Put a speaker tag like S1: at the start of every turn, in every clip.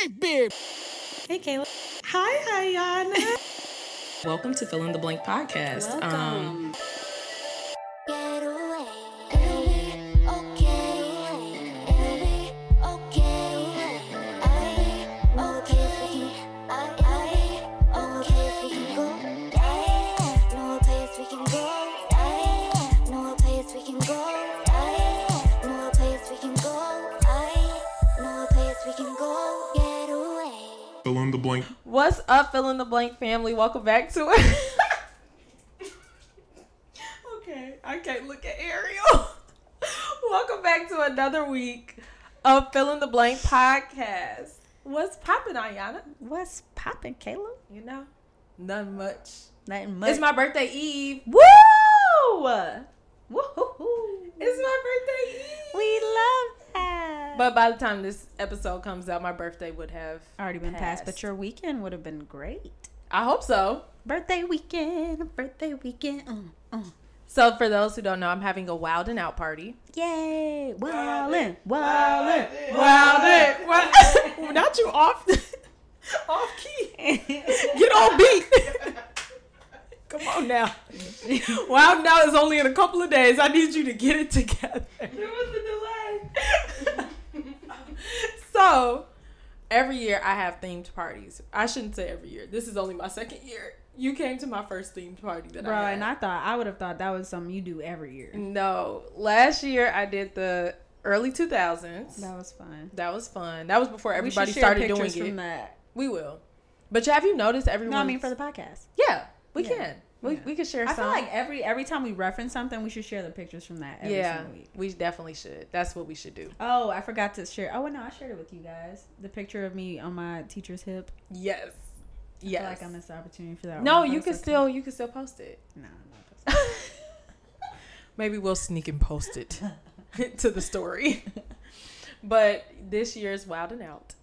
S1: big beard.
S2: Hey, Kayla. Hi, Ayan.
S3: Welcome to Fill in the Blank podcast. Um,
S4: Get away. It'll be okay. It'll be okay. I'll be okay for you. I- I'll be okay if we can go. I know a place we can go. I know a place we can go. I know a place we can go. I know a place we can go. Get away.
S5: Fill in the blank.
S6: What's up, fill in the blank family? Welcome back to it. okay, I can't look at Ariel. Welcome back to another week of Fill in the Blank podcast. What's poppin', Ayana?
S2: What's poppin', Kayla?
S6: You know, none much.
S2: Nothing much.
S6: It's my birthday eve.
S2: Woo! Woo!
S6: It's my birthday eve.
S2: We love that.
S6: But by the time this episode comes out, my birthday would have
S2: already been passed. But your weekend would have been great.
S6: I hope so.
S2: Birthday weekend. Birthday weekend. Mm, mm.
S6: So for those who don't know, I'm having a wild and out party.
S2: Yay! Wildin', wildin',
S6: Wild and wild. Not you off off key. Get on beat. Come on now. Wild now is only in a couple of days. I need you to get it together. There was a delay. so every year I have themed parties. I shouldn't say every year. This is only my second year. You came to my first themed party that
S2: Bro,
S6: I had.
S2: and I thought I would have thought that was something you do every year.
S6: No, last year I did the early 2000s.
S2: That was fun.
S6: That was fun. That was before
S2: We should
S6: everybody
S2: share
S6: started doing
S2: pictures
S6: it.
S2: From that.
S6: We will. But have you noticed everyone?
S2: No, I mean for the podcast.
S6: yeah, we
S2: Yeah.
S6: can. We,
S2: Yeah.
S6: we could share.
S2: I
S6: some.
S2: feel like every every time we reference something, we should share the pictures from that every
S6: yeah,
S2: single week.
S6: we definitely should. That's what we should do.
S2: Oh, I forgot to share. Oh, no, I shared it with you guys. The picture of me on my teacher's hip.
S6: Yes.
S2: I feel
S6: Yes.
S2: like I missed the opportunity for that.
S6: no,
S2: one, but
S6: you
S2: it's
S6: can
S2: okay.
S6: still you can still post it.
S2: No, no,
S6: Maybe we'll sneak and post it to the story. but this year's wild and out.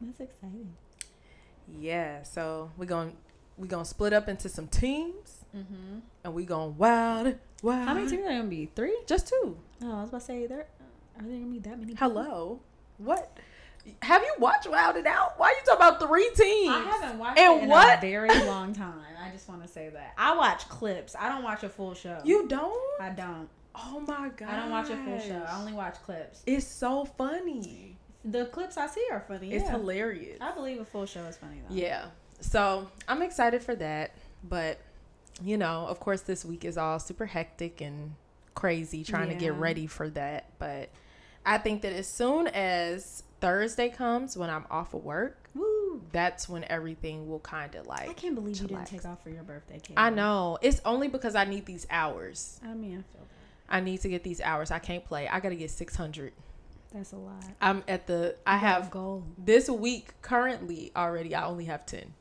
S2: that's exciting.
S6: Yeah. So we're going we're gonna split up into some teams
S2: Mm-hmm.
S6: and we going wild wild.
S2: How many teams are there gonna be? Three?
S6: Just two.
S2: Oh, I was about to say there are there gonna be that many?
S6: Hello. What? Have you watched Wild and Out? Why are you talking about three teams?
S2: I haven't watched
S6: And
S2: it in
S6: what?
S2: a very long time. I just want to say that I watch clips. I don't watch a full show.
S6: You don't?
S2: I don't.
S6: oh my god.
S2: I don't watch a full show. I only watch clips.
S6: It's so funny.
S2: The clips I see are funny.
S6: It's
S2: yeah.
S6: hilarious.
S2: I believe a full show is funny though.
S6: Yeah. So I'm excited for that. But, you know, of course, this week is all super hectic and crazy trying to get
S2: Yeah.
S6: ready for that. But I think that as soon as Thursday comes when I'm off of work,
S2: Woo!
S6: that's when everything will kind of like.
S2: I can't believe you didn't
S6: Chillax.
S2: take off for your birthday, Kayla.
S6: I know. It's only because I need these hours.
S2: I mean, I feel that.
S6: I need to get these hours. I can't play. I got to get 600.
S2: That's a lot.
S6: I'm at the I have
S2: goal.
S6: this week currently already I only have 10.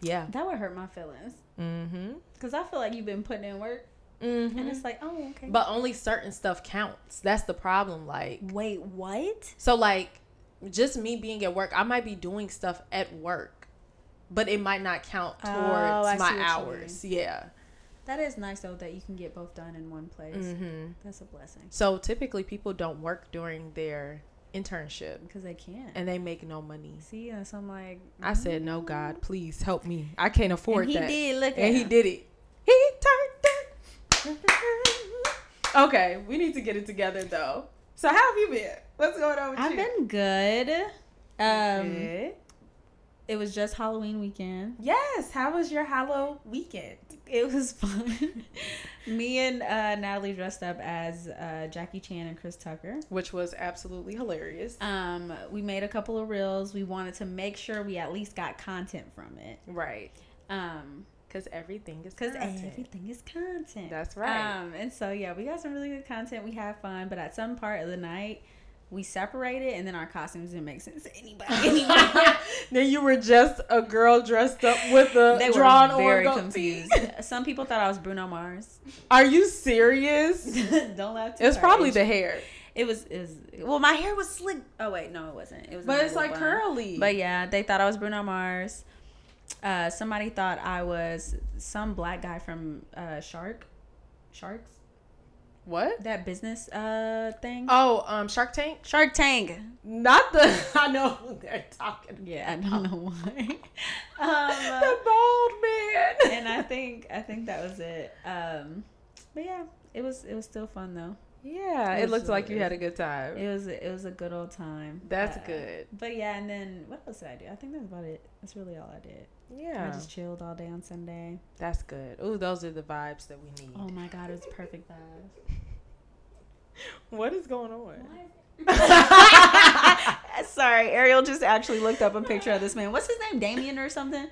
S6: Yeah.
S2: That would hurt my feelings
S6: Mhm.
S2: because I feel like you've been putting in work, and
S6: Mhm.
S2: it's like, oh, okay.
S6: But only certain stuff counts. That's the problem like.
S2: wait, what?
S6: So like just me being at work, I might be doing stuff at work, but it might not count
S2: Oh,
S6: towards
S2: I see what
S6: my
S2: you
S6: hours. Yeah.
S2: That is nice though that you can get both done in one place.
S6: Mhm.
S2: That's a blessing
S6: So typically people don't work during their internship
S2: because they can't.
S6: and they make no money.
S2: See, and so I'm like,
S6: I said, "No, God, please help me. I can't afford
S2: Mm. And he
S6: that."
S2: did look
S6: and
S2: at
S6: he
S2: him.
S6: did it. He turned it. okay, we need to get it together though. So how have you been? What's going on with
S2: I've
S6: you?
S2: been good. Um,
S6: Good.
S2: it was just Halloween weekend.
S6: Yes. How was your Hallow weekend?
S2: It was fun. Me and uh, Natalie dressed up as uh, Jackie Chan and Chris Tucker.
S6: Which was absolutely hilarious.
S2: Um, we made a couple of reels. We wanted to make sure we at least got content from it.
S6: Right.
S2: Um,
S6: Because everything is
S2: because
S6: content.
S2: everything is content.
S6: That's right.
S2: Um, and so yeah, we got some really good content. We had fun, but at some part of the night, we separated, and then our costumes didn't make sense to anybody.
S6: then you were just a girl dressed up with a
S2: they
S6: Uh, drawn
S2: were very
S6: or
S2: confused. Some people thought I was Bruno Mars.
S6: Are you serious?
S2: Don't laugh. Too
S6: It's probably
S2: hard.
S6: the hair,
S2: It was. It was. Well, my hair was slick. Oh wait, no, it wasn't. It was. in
S6: but
S2: a
S6: it's
S2: little
S6: like
S2: bun.
S6: curly.
S2: But yeah, they thought I was Bruno Mars. Uh, somebody thought I was some black guy from uh, Shark, Sharks.
S6: What?
S2: That business uh thing.
S6: Oh, um, Shark Tank.
S2: Shark Tank.
S6: Not the. I know who they're talking.
S2: Yeah, I don't know why.
S6: about.
S2: um,
S6: the bald man.
S2: and I think I think that was it. Um, but yeah, it was it was still fun though.
S6: yeah, it looked like you had a good time.
S2: It was it was a good old time.
S6: That's
S2: Uh,
S6: good.
S2: But yeah, and then what else did I do? I think that's about it. That's really all I did. I
S6: Yeah,
S2: just chilled all day on Sunday.
S6: that's good. Ooh, those are the vibes that we need.
S2: Oh my god, it was perfect vibes.
S6: What is going on?
S2: Sorry, Ariel just actually looked up a picture of this man. What's his name? Damien or something?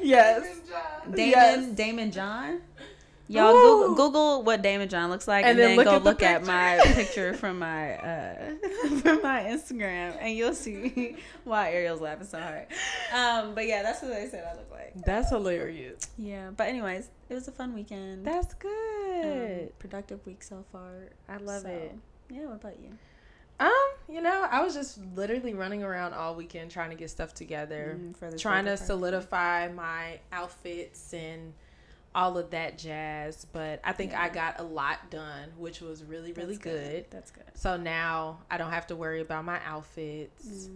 S6: Yes.
S2: Damon
S6: Yes.
S2: Damon John. Y'all
S6: Ooh.
S2: Google, Google what Damon John looks like, and,
S6: And
S2: then,
S6: then look
S2: go
S6: at the
S2: look at my
S6: picture.
S2: picture from my uh, from my Instagram, and you'll see why Ariel's laughing so hard. Um, but yeah, that's what they said I look like.
S6: That's hilarious.
S2: Yeah, but anyways, it was a fun weekend.
S6: That's
S2: um,
S6: good.
S2: productive week so far.
S6: I love
S2: So,
S6: it.
S2: Yeah, what about you?
S6: Um, you know, I was just literally running around all weekend trying to get stuff together,
S2: Mm, for this
S6: trying to
S2: birthday party.
S6: solidify my outfits and all of that jazz. But I think I got a lot done, which was really, really
S2: That's
S6: good.
S2: That's good.
S6: So now I don't have to worry about my outfits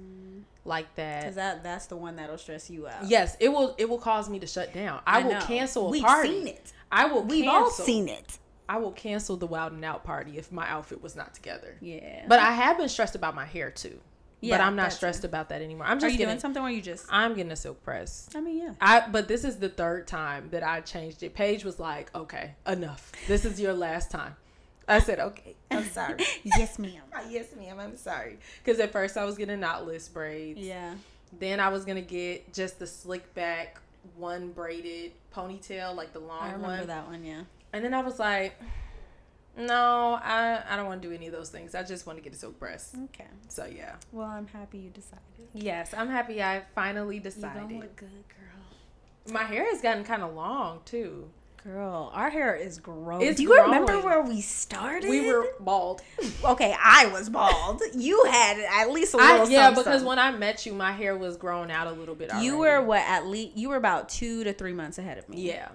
S6: like that.
S2: Mm. Cause that that's the one that'll stress you out.
S6: Yes, it will. It will cause me to shut down. I, will
S2: know.
S6: cancel a
S2: We've
S6: party.
S2: seen it.
S6: I will.
S2: We've
S6: cancel.
S2: all seen it.
S6: I will cancel the Wild and Out party if my outfit was not together.
S2: Yeah.
S6: But I have been stressed about my hair too.
S2: Yeah,
S6: but I'm not
S2: that's
S6: stressed about that anymore. I'm
S2: Are
S6: just
S2: you
S6: getting.
S2: doing something where you just?
S6: I'm getting a silk press.
S2: I mean, yeah.
S6: I but this is the third time that I changed it. Paige was like, "Okay, enough. This is your last time." I said, "Okay, I'm sorry."
S2: yes, ma'am.
S6: yes, ma'am. I'm sorry. Because at first I was getting knotless braids.
S2: Yeah.
S6: Then I was gonna get just the slick back one braided ponytail, like the long
S2: I remember
S6: one.
S2: that one, yeah.
S6: And then I was like, "No, I I don't want to do any of those things. I just want to get a silk press."
S2: Okay.
S6: So yeah.
S2: Well, I'm happy you decided.
S6: Mm-hmm. Yes, I'm happy I finally decided.
S2: good, girl.
S6: My hair has gotten kind of long too.
S2: Girl, our hair is growing.
S6: It's
S2: Do you remember
S6: growing.
S2: where we started?
S6: We were bald.
S2: okay. I was bald. You had at least a
S6: I-
S2: little.
S6: yeah,
S2: some-
S6: because
S2: some.
S6: when I met you, my hair was grown out a little bit.
S2: you were
S6: already.
S2: what at least you were about two to three months ahead of me.
S6: yeah.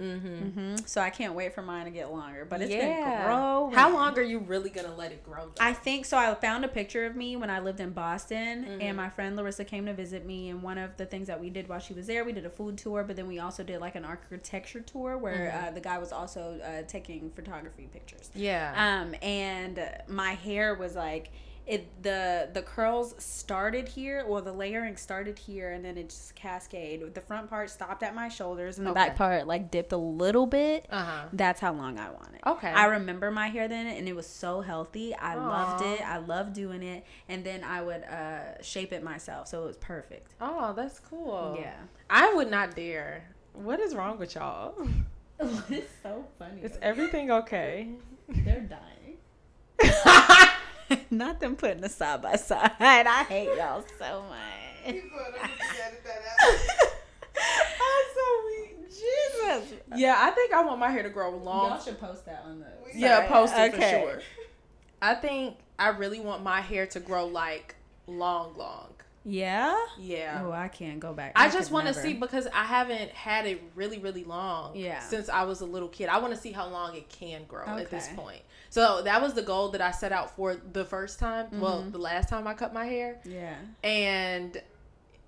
S6: Mm-hmm.
S2: hmm So I can't wait for mine to get longer, but it's been
S6: yeah.
S2: growing.
S6: How long are you really gonna let it grow? though?
S2: I think so. I found a picture of me when I lived in Boston,
S6: Mm-hmm.
S2: and my friend Larissa came to visit me. And one of the things that we did while she was there, we did a food tour, but then we also did like an architecture tour where
S6: Mm-hmm.
S2: uh, the guy was also uh, taking photography pictures.
S6: yeah.
S2: Um, and my hair was like it the the curls started here, well the layering started here, and then it just cascaded. The front part stopped at my shoulders, and the back
S6: Okay.
S2: part like dipped a little bit.
S6: Uh huh.
S2: That's how long I want it.
S6: Okay.
S2: I remember my hair then, and it was so healthy. I loved
S6: Aw.
S2: it. I loved doing it. And then I would uh, shape it myself, so it was perfect.
S6: Oh, that's cool.
S2: Yeah.
S6: I would not dare. What is wrong with y'all?
S2: it's so funny.
S6: Is everything okay?
S2: They're dying. Not them putting us side by side. I hate y'all so much. Jesus.
S6: Yeah, I think I want my hair to grow long.
S2: should post that on the.
S6: Yeah, post it
S2: Okay.
S6: for sure. I think I really want my hair to grow like long, long.
S2: Yeah.
S6: Yeah.
S2: Oh, I can't go back.
S6: I just want to
S2: to
S6: see because I haven't had it really, really long
S2: Yeah.
S6: since I was a little kid. I want to see how long it can grow at this
S2: Okay.
S6: point. So that was the goal that I set out for the first time. Well,
S2: Mm-hmm.
S6: the last time I cut my hair,
S2: Yeah.
S6: and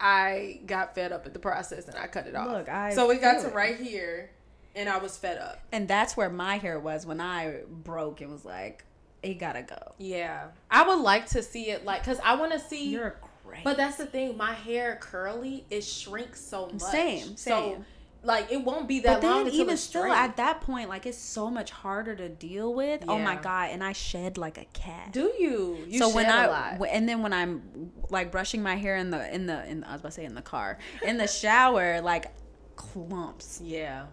S6: I got fed up at the process and I cut it off.
S2: Look, I
S6: so it got
S2: feel
S6: to
S2: it.
S6: right here, and I was fed up.
S2: And that's where my hair was when I broke and was like, it gotta go.
S6: Yeah, I would like to see it like because I want to see
S2: You're great.
S6: But that's the thing, my hair curly, it shrinks so much.
S2: Same,
S6: So
S2: same.
S6: like it won't be
S2: but
S6: that long
S2: then
S6: until
S2: even
S6: it's
S2: still
S6: straight.
S2: at that point, like it's so much harder to deal with. Oh my
S6: Yeah.
S2: god! And I shed like a cat.
S6: do you? You
S2: so when
S6: shed
S2: I
S6: a lot.
S2: w- and then when I'm like brushing my hair in the in the in the, I was about to say in the car in the shower like clumps
S6: yeah.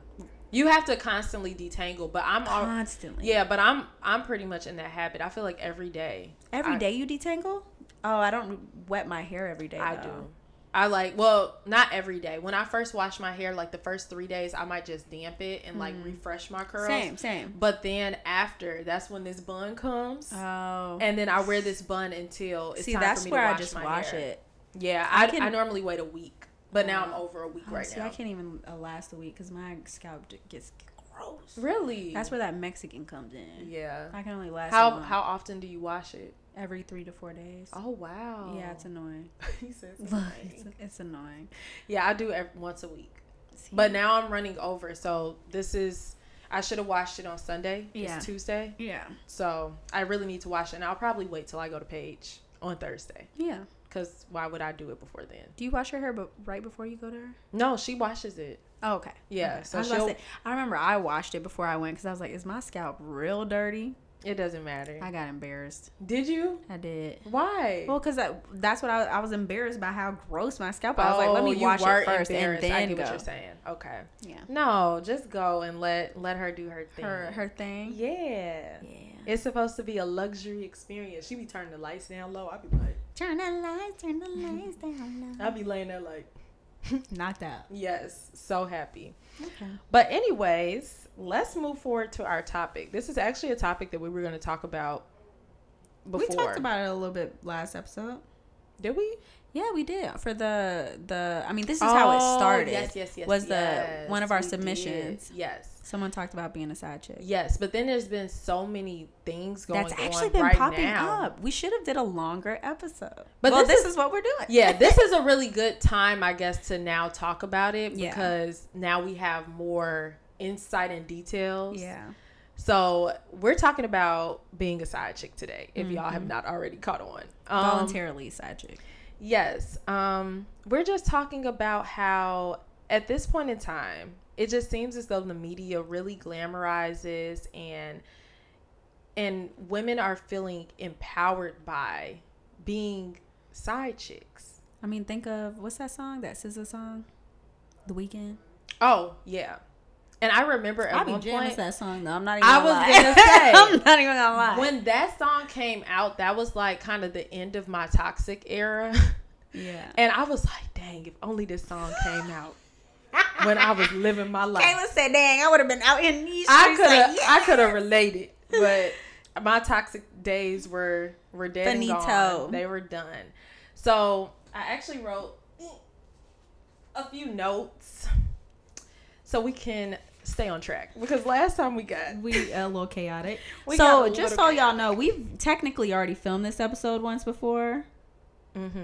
S6: You have to constantly detangle, but I'm al-
S2: constantly.
S6: Yeah, but I'm I'm pretty much in that habit. I feel like every day.
S2: Every
S6: I-
S2: day you detangle? Oh, I don't wet my hair every day.
S6: I
S2: though.
S6: do. I like well, not every day. When I first wash my hair, like the first three days, I might just damp it and like refresh my curls.
S2: Mm. Same, same.
S6: But then after, that's when this bun comes,
S2: Oh,
S6: and then I wear this bun until it's
S2: see,
S6: time
S2: that's
S6: for me
S2: where
S6: to
S2: I
S6: wash
S2: just
S6: my
S2: wash
S6: hair.
S2: it.
S6: Yeah, I, I,
S2: can-
S6: normally wait a week, but now I'm over a week
S2: Oh,
S6: right
S2: see,
S6: now.
S2: I can't even uh, last a week because my scalp d- gets
S5: gross.
S6: Really?
S2: That's where that Mexican comes in.
S6: Yeah.
S2: I can only last so
S6: How
S2: long.
S6: how often do you wash it?
S2: every three to four days.
S6: Oh wow.
S2: Yeah, it's annoying.
S6: he says.
S2: Look, it's, it's annoying.
S6: Yeah, I do every, once a week.
S2: See?
S6: But now I'm running over, so this is I should have washed it on Sunday.
S2: Yeah.
S6: It's Tuesday.
S2: yeah,
S6: So I really need to wash it and I'll probably wait till I go to Paige on Thursday.
S2: yeah.
S6: Cause why would I do it before then?
S2: Do you wash your hair, but right before you go to her?
S6: No, she washes it.
S2: Oh, okay.
S6: Yeah,
S2: Okay.
S6: so
S2: I, was about to
S6: she'll-
S2: say, I remember I washed it before I went because I was like, "Is my scalp real dirty?"
S6: It doesn't matter.
S2: I got embarrassed.
S6: Did you?
S2: I did.
S6: Why?
S2: Well, because that's what I, I was embarrassed by how gross my scalp. was. I was like, "Let
S6: Oh,
S2: me
S6: you
S2: wash
S6: were
S2: it first and
S6: embarrassed.
S2: then
S6: I get
S2: go."
S6: what you're saying. Okay.
S2: Yeah.
S6: No, just go and let let her do her thing.
S2: Her her thing.
S6: Yeah.
S2: yeah.
S6: It's supposed to be a luxury experience. She be turning the lights down low. I be like,
S2: Turn the lights, turn the lights down
S6: I be laying there like,
S2: Not that.
S6: yes, so happy.
S2: Okay.
S6: But anyways, let's move forward to our topic. This is actually a topic that we were going to talk about before.
S2: We talked about it a little bit last episode.
S6: Did we?
S2: Yeah, we did for the the. I mean, this is
S6: oh,
S2: how it started.
S6: Yes, yes, yes.
S2: Was
S6: yes,
S2: the one of our
S6: we did.
S2: submissions?
S6: Yes.
S2: Someone talked about being a side chick.
S6: Yes, but then there's been so many things going
S2: That's
S6: on
S2: actually been
S6: right
S2: popping
S6: now.
S2: up. We should have did a longer episode. But
S6: But
S2: well,
S6: this
S2: this, is, what we're doing.
S6: Yeah, this is a really good time, I guess, to now talk about it
S2: Yeah.
S6: because now we have more insight and details.
S2: yeah.
S6: So we're talking about being a side chick today. If y'all
S2: Mm-hmm.
S6: have not already caught on, um,
S2: Voluntarily side chick.
S6: Yes. Um, we're just talking about how at this point in time, it just seems as though the media really glamorizes and and women are feeling empowered by being side chicks.
S2: I mean, think of what's that song? That SZA song, The Weeknd.
S6: Oh, yeah. And I remember at
S2: I be
S6: one
S2: jamming
S6: point
S2: to that song though. I'm not even.
S6: I
S2: gonna
S6: was
S2: lie.
S6: gonna say.
S2: I'm not even gonna lie.
S6: when that song came out, that was like kind of the end of my toxic era.
S2: yeah.
S6: And I was like, dang, if only this song came out when I was living my life.
S2: Kayla said, "Dang, I would have been out in these
S6: I
S2: streets."
S6: could have
S2: like, yeah.
S6: I could have related, but my toxic days were were dead and
S2: Finito.
S6: gone. They were done. So I actually wrote a few notes so we can stay on track because last time we got
S2: we a little chaotic.
S6: We got
S2: so
S6: a
S2: just so
S6: little
S2: y'all know, we've technically already filmed this episode once before,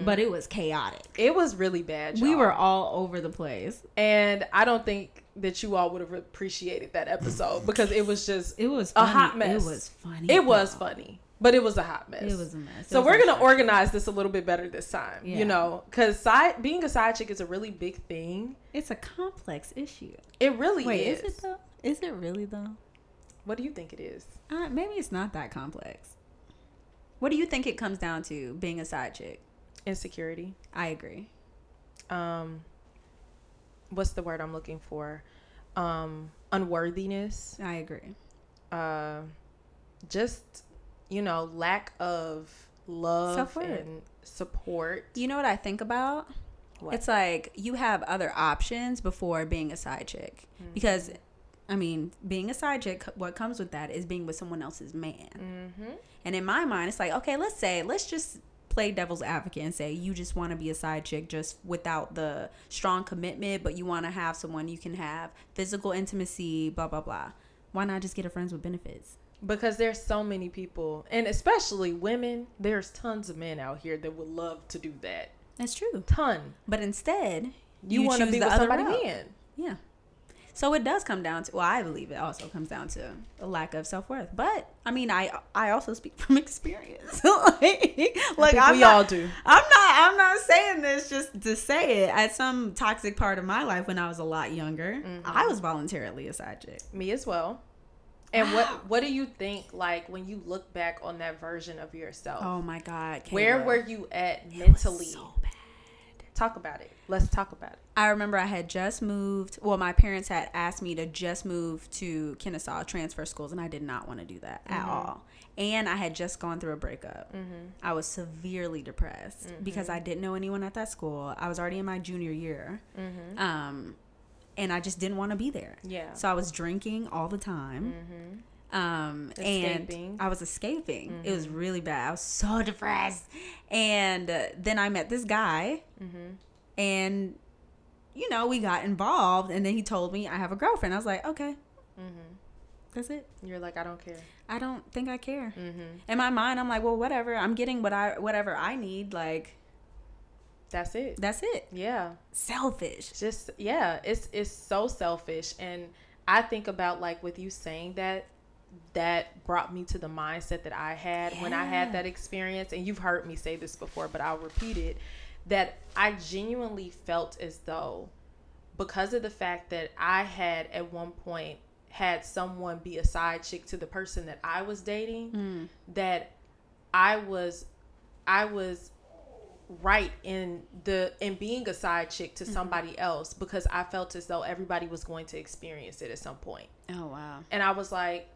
S2: but it was chaotic.
S6: it was really bad.
S2: We
S6: Mm-hmm. y'all.
S2: were all over the place.
S6: and I don't think that you all would have appreciated that episode because it was just
S2: It was
S6: a
S2: funny.
S6: hot mess.
S2: It was funny.
S6: It was
S2: though.
S6: funny, but it was a hot mess.
S2: It was a mess. It
S6: So
S2: was
S6: we're gonna
S2: unstructured.
S6: organize this a little bit better this time.
S2: Yeah.
S6: You know, because side being a side chick is a really big thing.
S2: It's a complex issue.
S6: It really
S2: Wait,
S6: is.
S2: is it though? Is it really though?
S6: What do you think it is?
S2: Uh, maybe it's not that complex. What do you think it comes down to being a side chick?
S6: Insecurity.
S2: I agree.
S6: Um, what's the word I'm looking for? Um, unworthiness.
S2: I agree.
S6: Uh, just you know, lack of love
S2: Self-worth.
S6: and support.
S2: You know what I think about?
S6: What?
S2: It's like you have other options before being a side chick.
S6: Mm-hmm.
S2: Because, I mean, being a side chick, what comes with that is being with someone else's man.
S6: Mm-hmm.
S2: And in my mind, it's like, okay, let's say, let's just play devil's advocate and say you just want to be a side chick just without the strong commitment, but you want to have someone you can have physical intimacy, blah, blah, blah. Why not just get a friends with benefits?
S6: because there's so many people and especially women there's tons of men out here that would love to do that
S2: That's true.
S6: ton
S2: But instead,
S6: you, want to
S2: choose
S6: be
S2: the
S6: with
S2: other
S6: somebody
S2: route.
S6: man
S2: Yeah. So it does come down to well, I believe it also comes down to a lack of self worth. But I mean, I I also speak from experience. like, like
S6: think
S2: I'm
S6: we
S2: not,
S6: all do.
S2: I'm not I'm not saying this just to say it. At some toxic part of my life when I was a lot younger, I was voluntarily a side chick.
S6: me as well and what what do you think like when you look back on that version of yourself
S2: Oh my god,
S6: where
S2: Kayla.
S6: were you at
S2: It was
S6: mentally
S2: so bad.
S6: talk about it let's talk about it
S2: I remember I had just moved. Well, my parents had asked me to just move to Kennesaw, transfer schools, and I did not want to do that at all. And I had just gone through a breakup. I was severely depressed because I didn't know anyone at that school. I was already in my junior year, um, and I just didn't want to be there.
S6: Yeah. Mm-hmm.
S2: So I was drinking all the time. Um,
S6: Escaping. Mm-hmm.
S2: and I was escaping. It was really bad. I was so depressed. And uh, then I met this guy,
S6: Mm-hmm.
S2: and you know, we got involved, and then he told me I have a girlfriend. I was like, okay,
S6: Mm-hmm.
S2: That's it.
S6: You're like, I don't care.
S2: I don't think I care.
S6: Mm-hmm.
S2: In my mind, I'm like, well, whatever. I'm getting what I whatever I need. Like
S6: That's it.
S2: that's it.
S6: Yeah.
S2: Selfish.
S6: It's just yeah it's it's so selfish and i think about like with you saying that that brought me to the mindset that i had when i
S2: Yeah.
S6: had that experience and you've heard me say this before but i'll repeat it that i genuinely felt as though because of the fact that i had at one point had someone be a side chick to the person that i was dating
S2: Mm.
S6: that i was i was right in the in being a side chick to somebody else because I felt as though everybody was going to experience it at some point.
S2: Oh wow.
S6: And I was like,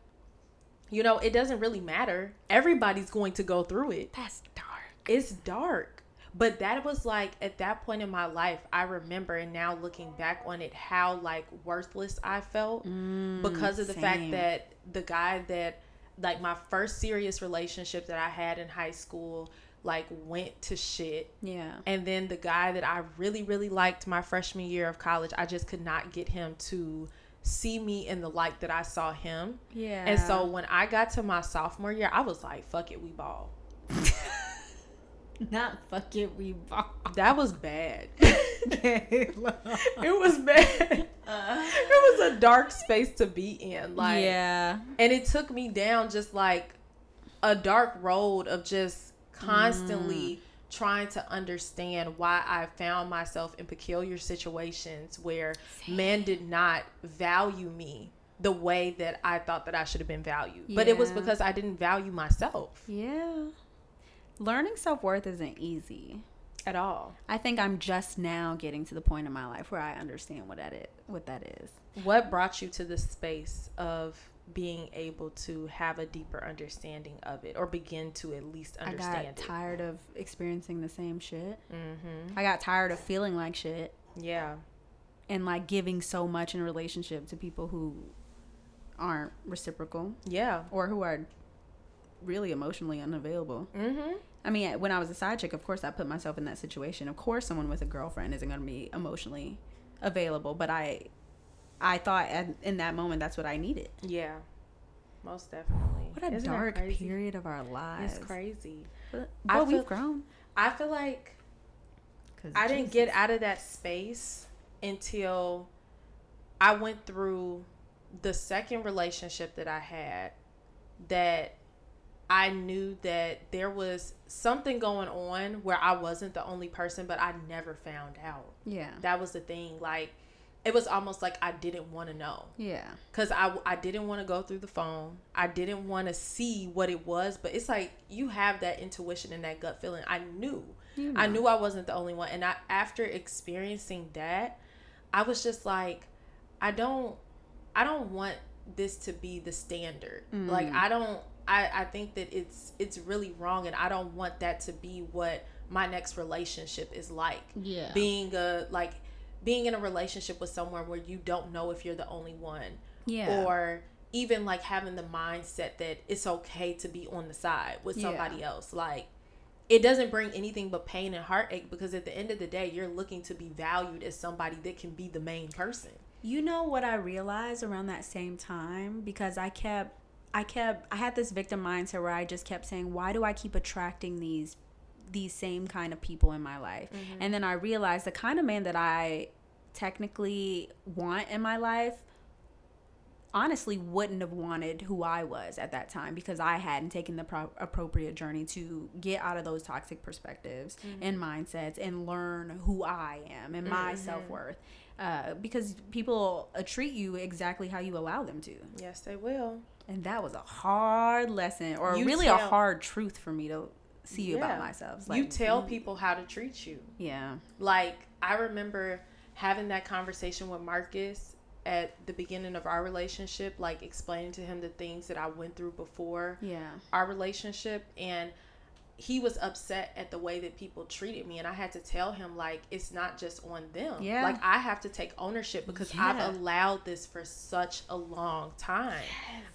S6: you know, it doesn't really matter. Everybody's going to go through it.
S2: That's dark.
S6: It's dark. But that was like at that point in my life, I remember and now looking back on it how like worthless I felt because of the
S2: same.
S6: fact that the guy that like my first serious relationship that I had in high school like went to shit
S2: Yeah.
S6: and then the guy that I really, really liked my freshman year of college, I just could not get him to see me in the light that I saw him.
S2: Yeah.
S6: And so when I got to my sophomore year, I was like, fuck it, we ball.
S2: not fuck it, we bought.
S6: That was bad. it was bad.
S2: Uh.
S6: It was a dark space to be in. Like,
S2: yeah.
S6: and it took me down just like a dark road of just
S2: Mm.
S6: constantly trying to understand why I found myself in peculiar situations where men did not value me the way that I thought that I should have been valued. But it was
S2: Yeah.
S6: because I didn't value myself
S2: Yeah. Learning self worth isn't easy.
S6: at all.
S2: I think I'm just now getting to the point in my life where I understand what that is. What that is.
S6: What brought you to the space of being able to have a deeper understanding of it or begin to at least
S2: I
S6: understand
S2: got
S6: it?
S2: tired of experiencing the same shit. Mm-hmm. I got tired of feeling like shit
S6: Yeah.
S2: and like giving so much in a relationship to people who aren't reciprocal
S6: Yeah.
S2: or who are really emotionally unavailable.
S6: Mhm.
S2: I mean, when I was a side chick, of course I put myself in that situation. Of course, someone with a girlfriend isn't going to be emotionally available, but I I thought at, in that moment that's what I needed.
S6: Yeah, most definitely.
S2: What a
S6: Isn't that
S2: dark
S6: crazy?
S2: period of our lives.
S6: It's crazy.
S2: But,
S6: I
S2: but we've
S6: feel-
S2: grown.
S6: I feel like I didn't get out of that space until I went through the second relationship that I had that I knew that there was something going on where I wasn't the only person, but I never found out.
S2: Yeah.
S6: That was the thing. Like, it was almost like I didn't want to know.
S2: Yeah.
S6: because I, I didn't want to go through the phone i didn't want to see what it was but it's like you have that intuition and that gut feeling i knew
S2: You
S6: i knew i wasn't the only one and i after experiencing that i was just like i don't i don't want this to be the standard like i don't I, I think that it's it's really wrong and i don't want that to be what my next relationship is like
S2: Yeah.
S6: being a like being in a relationship with someone where you don't know if you're the only one
S2: yeah.
S6: or even like having the mindset that it's okay to be on the side with
S2: Yeah.
S6: somebody else like it doesn't bring anything but pain and heartache because at the end of the day you're looking to be valued as somebody that can be the main person
S2: You know what I realized around that same time because I kept I kept I had this victim mindset where I just kept saying, "Why do I keep attracting these these same kind of people in my life?" And then I realized the kind of man that I technically want in my life honestly wouldn't have wanted who I was at that time because I hadn't taken the pro- appropriate journey to get out of those toxic perspectives
S6: Mm-hmm.
S2: and mindsets and learn who I am and my self worth. Uh, because people uh, treat you exactly how you allow them to.
S6: yes they will
S2: And that was a hard lesson or
S6: You
S2: really a
S6: tell-
S2: hard truth for me to see
S6: Yeah.
S2: about myself. It's
S6: you tell people how to treat you
S2: Yeah.
S6: like i remember having that conversation with marcus at the beginning of our relationship like explaining to him the things that i went through before
S2: Yeah.
S6: our relationship and he was upset at the way that people treated me and i had to tell him like it's not just on them
S2: Yeah.
S6: like i have to take ownership because
S2: Yeah.
S6: i've allowed this for such a long time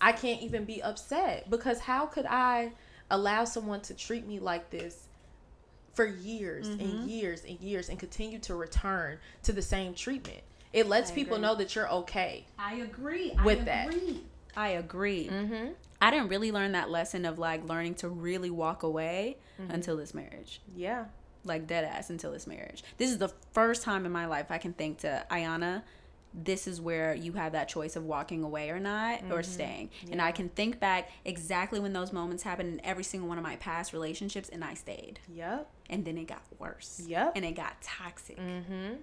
S6: i can't even be upset because how could i allow someone to treat me like this Mm-hmm. for years and years and years and continue to return to the same treatment It lets
S2: I
S6: people
S2: agree.
S6: know that you're okay.
S2: I agree.
S6: With
S2: I
S6: that.
S2: agree. I agree.
S6: Mm-hmm.
S2: I didn't really learn that lesson of like learning to really walk away
S6: Mm-hmm.
S2: until this marriage.
S6: Yeah.
S2: Like dead ass until this marriage. This is the first time in my life I can think to Ayana, this is where you have that choice of walking away or not or
S6: Mm-hmm.
S2: staying. And I can think back exactly when those moments happened in every single one of my past relationships and I stayed.
S6: Yep.
S2: And then it got worse.
S6: Yep.
S2: And it got toxic.
S6: Mm-hmm.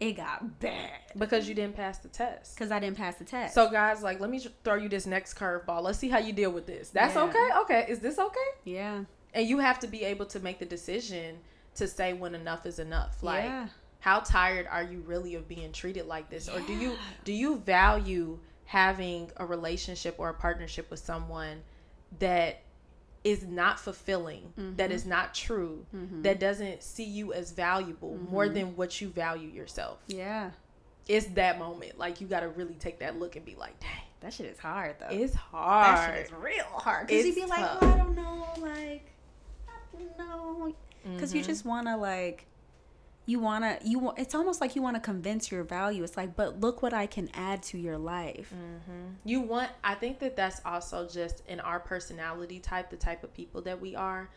S2: It got bad.
S6: Because you didn't pass the test.
S2: Because I didn't pass the test.
S6: So guys, like, let me just throw you this next curveball. Let's see how you deal with this. That's
S2: Yeah.
S6: okay. Okay, is this okay?
S2: yeah.
S6: And you have to be able to make the decision to say when enough is enough. Like,
S2: yeah.
S6: how tired are you really of being treated like this, or do you do you value having a relationship or a partnership with someone that is not fulfilling, that
S2: Mm-hmm.
S6: is not true, that doesn't see you as valuable more
S2: Mm-hmm.
S6: than what you value yourself?
S2: Yeah.
S6: It's that moment. Like, you got to really take that look and be like, dang.
S2: That shit is hard though.
S6: It's
S2: That
S6: hard.
S2: shit is real hard. Cause you'd
S6: It's
S2: be like,
S6: tough.
S2: "Well, I don't know, like, I don't know. Cause
S6: Mm-hmm.
S2: you just wanna like, you wanna you. wa- It's almost like you wanna convince your value. It's like, but look what I can add to your life.
S6: Mm-hmm. You want, I think that that's also just in our personality type, the type of people that we are,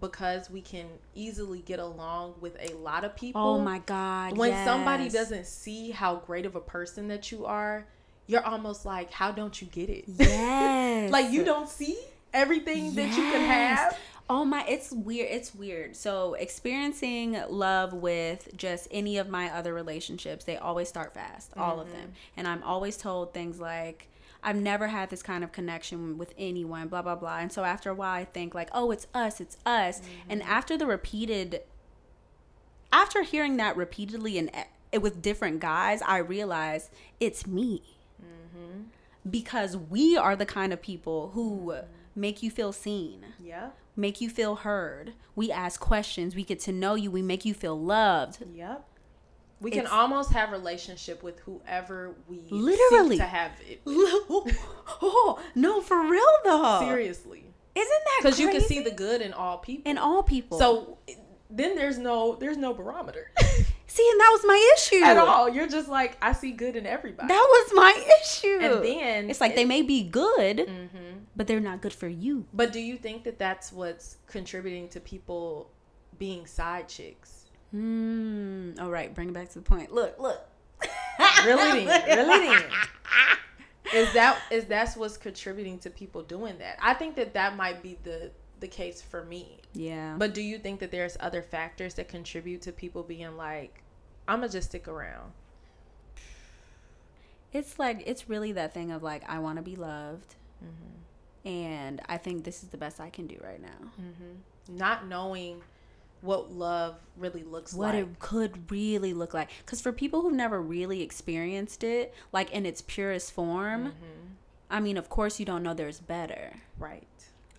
S6: because we can easily get along with a lot of people.
S2: Oh my god.
S6: When somebody
S2: yes.
S6: doesn't see how great of a person that you are, you're almost like, how don't you get it?
S2: Yes.
S6: like, you don't see everything that you can
S2: Yes.
S6: have.
S2: Oh my, it's weird. It's weird. So, experiencing love with just any of my other relationships, they always start fast, all of them.
S6: Mm-hmm.
S2: And I'm always told things like, I've never had this kind of connection with anyone, blah, blah, blah. And so, after a while, I think, like, oh, it's us, it's us. And
S6: Mm-hmm.
S2: after the repeated, after hearing that repeatedly and e- with different guys, I realized it's me because we are the kind of people who
S6: Mm-hmm.
S2: make you feel seen,
S6: Yep.
S2: make you feel heard. We ask questions, we get to know you, we make you feel loved.
S6: Yep. We can
S2: It's-
S6: almost have relationship with whoever we
S2: Literally.
S6: seek to have it. with.
S2: oh, oh, no, for real though.
S6: Seriously,
S2: Isn't that
S6: because you can
S2: crazy?
S6: see the good in all people.
S2: in all people.
S6: So then there's no there's no barometer
S2: see, and that was my issue
S6: at all. You're just like I see good in everybody.
S2: That was my issue. Mm-hmm.
S6: and then
S2: it's like they may be good, but they're not good for you.
S6: But do you think that that's what's contributing to people being side chicks?
S2: Mm, all right, bring it back to the point. Look, look.
S6: Really, then, really. Then. Is that is that's what's contributing to people doing that? I think that that might be the the case for me.
S2: Yeah.
S6: But do you think that there's other factors that contribute to people being like, I'm gonna just stick around?
S2: it's like it's really that thing of like I want to be loved, Mm-hmm. and I think this is the best I can do right now.
S6: not knowing what love really looks
S2: What
S6: like.
S2: it could really look like, because for people who've never really experienced it, like in its purest form,
S6: Mm-hmm.
S2: I mean, of course you don't know there's better.
S6: right.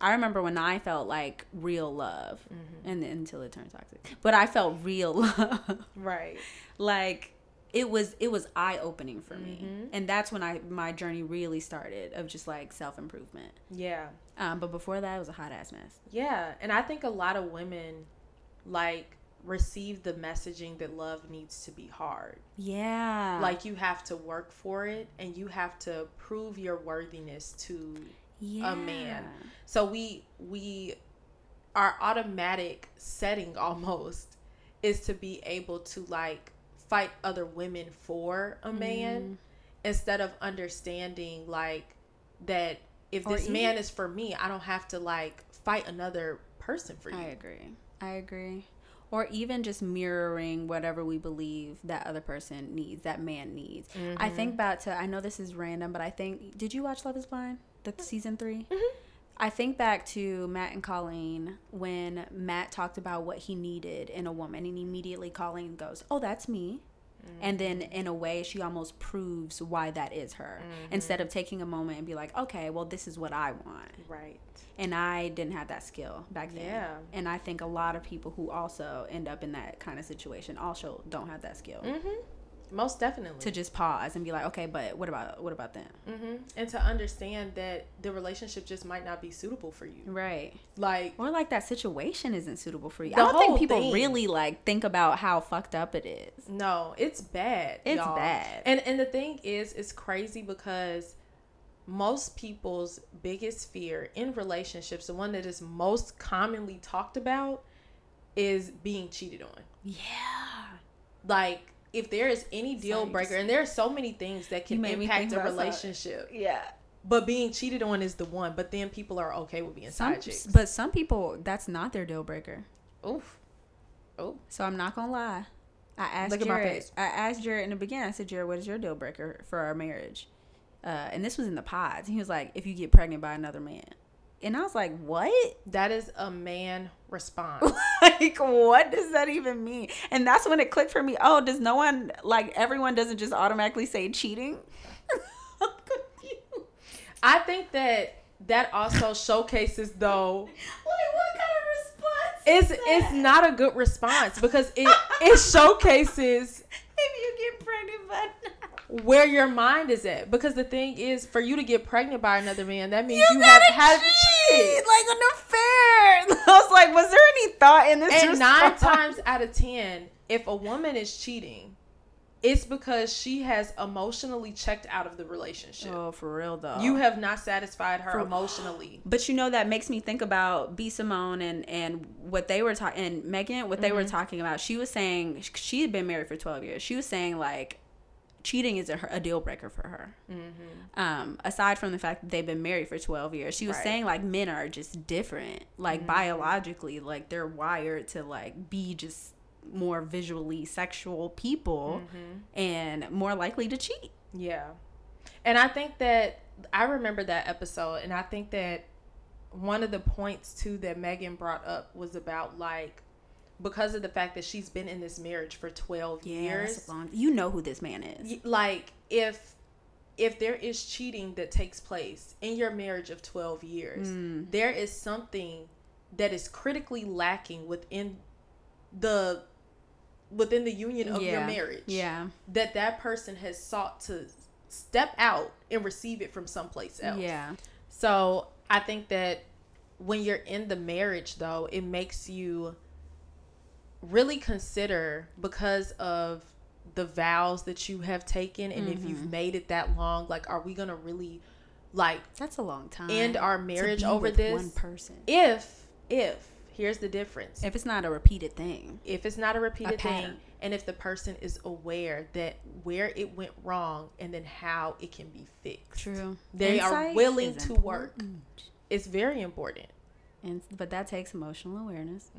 S2: I remember when I felt like real love,
S6: Mm-hmm.
S2: and until it turned toxic, but I felt real love.
S6: Right.
S2: like it was it was eye opening for
S6: Mm-hmm.
S2: me, and that's when I my journey really started of just like self improvement.
S6: Yeah.
S2: Um, but before that, it was a hot ass mess.
S6: Yeah. And I think a lot of women like receive the messaging that love needs to be hard.
S2: Yeah.
S6: Like you have to work for it and you have to prove your worthiness to
S2: yeah.
S6: a man. So we we our automatic setting almost is to be able to like fight other women for
S2: Mm-hmm.
S6: a man instead of understanding like that if
S2: Or
S6: this man is for me, I don't have to like fight another person for you.
S2: I agree. I agree. Or even just mirroring whatever we believe that other person needs, that man needs. I think back to I know this is random, but I think did you watch Love Is Blind? The season 3 I think back to Matt and Colleen when Matt talked about what he needed in a woman, and immediately Colleen goes, "Oh, that's me." And then, in a way, she almost proves why that is her instead of taking a moment and be like, okay, well, this is what I want
S6: Right.
S2: and I didn't have that skill back then.
S6: Yeah.
S2: And I think a lot of people who also end up in that kind of situation also don't have that skill.
S6: Most definitely.
S2: to just pause and be like, okay, but what about what about them?
S6: hmm And to understand that the relationship just might not be suitable for you.
S2: Right.
S6: Like,
S2: Or like that situation isn't suitable for you.
S6: The
S2: I don't think
S6: whole
S2: people
S6: thing.
S2: really like think about how fucked up it is.
S6: no, it's bad.
S2: It's
S6: y'all.
S2: bad.
S6: And and the thing is, it's crazy because most people's biggest fear in relationships, the one that is most commonly talked about, is being cheated on.
S2: yeah.
S6: Like, if there is any deal
S2: Sorry,
S6: breaker,
S2: just-
S6: and there are so many things that
S2: You
S6: can
S2: made me
S6: impact
S2: think
S6: a
S2: about something.
S6: relationship,
S2: Yeah.
S6: but being cheated on is the one. But then people are okay with being
S2: Some,
S6: side chicks.
S2: but some people that's not their deal breaker.
S6: Oof. Oh.
S2: So I'm not gonna lie. I asked
S6: Look at my
S2: Jared.
S6: face.
S2: I asked Jared in the beginning. I said, Jared, what is your deal breaker for our marriage? Uh, and this was in the pods. And he was like, if you get pregnant by another man. And I was like, what?
S6: That is a man response.
S2: like, what does that even mean? And that's when it clicked for me. Oh, does no one like everyone doesn't just automatically say cheating? I'm confused.
S6: I think that that also showcases though
S2: Like, what kind of response?
S6: it's
S2: is
S6: it's
S2: that?
S6: not a good response because it it showcases
S2: if you get pregnant by.
S6: where your mind is at because the thing is for you to get pregnant by another man that means
S2: you,
S6: you, have
S2: gotta
S6: had
S2: cheat, like an affair. I was like, was there any thought in this?
S6: and nine
S2: response?
S6: times out of ten if a woman is cheating it's because she has emotionally checked out of the relationship
S2: Oh, for real though.
S6: you have not satisfied her emotionally
S2: but you know that makes me think about B Simone and and what they were talking and Megan what they
S6: Mm-hmm.
S2: were talking about. She was saying she had been married for twelve years. She was saying like cheating is a, a deal breaker for her. Um, aside from the fact that they've been married for twelve years, she was
S6: Mm-hmm. Right. Mm-hmm.
S2: saying like men are just different, like biologically, like they're wired to like be just more visually sexual people
S6: Mm-hmm.
S2: and more likely to cheat.
S6: Yeah. And I think that I remember that episode and I think that one of the points too that Megan brought up was about like because of the fact that she's been in this marriage for 12 years.
S2: long. You know who this man is.
S6: y- Like if if there is cheating that takes place in your marriage of 12 years,
S2: Mm.
S6: there is something that is critically lacking within the within the union of your marriage
S2: Yeah.
S6: that that person has sought to step out and receive it from someplace else.
S2: Yeah.
S6: So I think that when you're in the marriage, though, it makes you really consider because of the vows that you have taken and if you've made it that long, like, are we going to really like
S2: That's a long time.
S6: end our
S2: to
S6: marriage
S2: be
S6: over
S2: with
S6: this?
S2: One person.
S6: If, if, here's the difference
S2: if it's not a repeated thing.
S6: if it's not a repeated thing
S2: pattern.
S6: and if the person is aware that where it went wrong and then how it can be fixed
S2: True.
S6: they are
S2: Insight
S6: willing
S2: is
S6: to work
S2: important.
S6: it's very important
S2: And but that takes emotional awareness.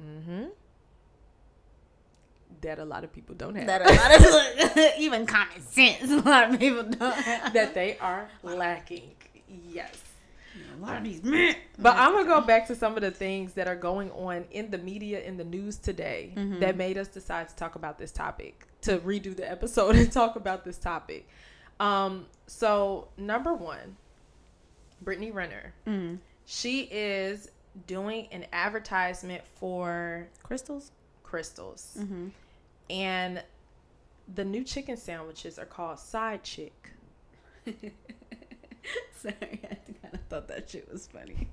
S6: that a lot of people don't have
S2: a lot of even common sense. A lot of people don't. Have.
S6: that they are lacking yes
S2: A lot of these men.
S6: but i'm gonna go back to some of the things that are going on in the media in the news today that made us decide to talk about this topic to redo the episode and talk about this topic um so number one brittany renner She is doing an advertisement for
S2: Crystals.
S6: crystals. And the new chicken sandwiches are called side chick.
S2: Sorry, I kind of thought that shit was funny.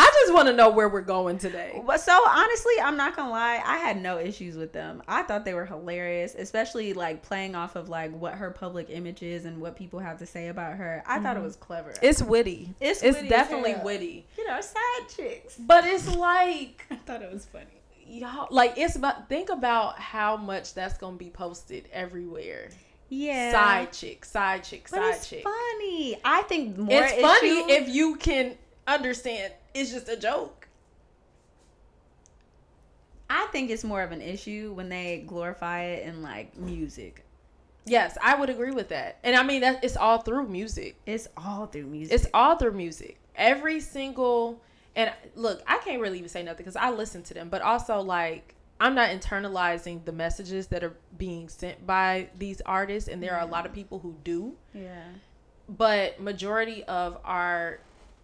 S6: I just want to know where we're going today.
S2: But so honestly, I'm not gonna lie, I had no issues with them. I thought they were hilarious, especially like playing off of like what her public image is and what people have to say about her. I thought it was clever.
S6: It's witty.
S2: Mm-hmm. It's
S6: It's,
S2: witty as
S6: definitely
S2: hell.
S6: witty.
S2: you know, side chicks.
S6: But it's like
S2: I thought it was funny.
S6: y'all like it's about think about how much that's going to be posted everywhere.
S2: Yeah.
S6: Side chick, side chick,
S2: but
S6: side
S2: it's
S6: chick.
S2: funny. I think more
S6: It's funny
S2: issue-
S6: if you can understand it's just a joke.
S2: I think it's more of an issue when they glorify it in like music.
S6: Yes, I would agree with that. And I mean that it's all through music.
S2: It's all through music.
S6: It's all through music. Every single and look, I can't really even say nothing because I listen to them, but also like I'm not internalizing the messages that are being sent by these artists, and there are a
S2: Mm-hmm.
S6: lot of people who do.
S2: yeah.
S6: But majority of our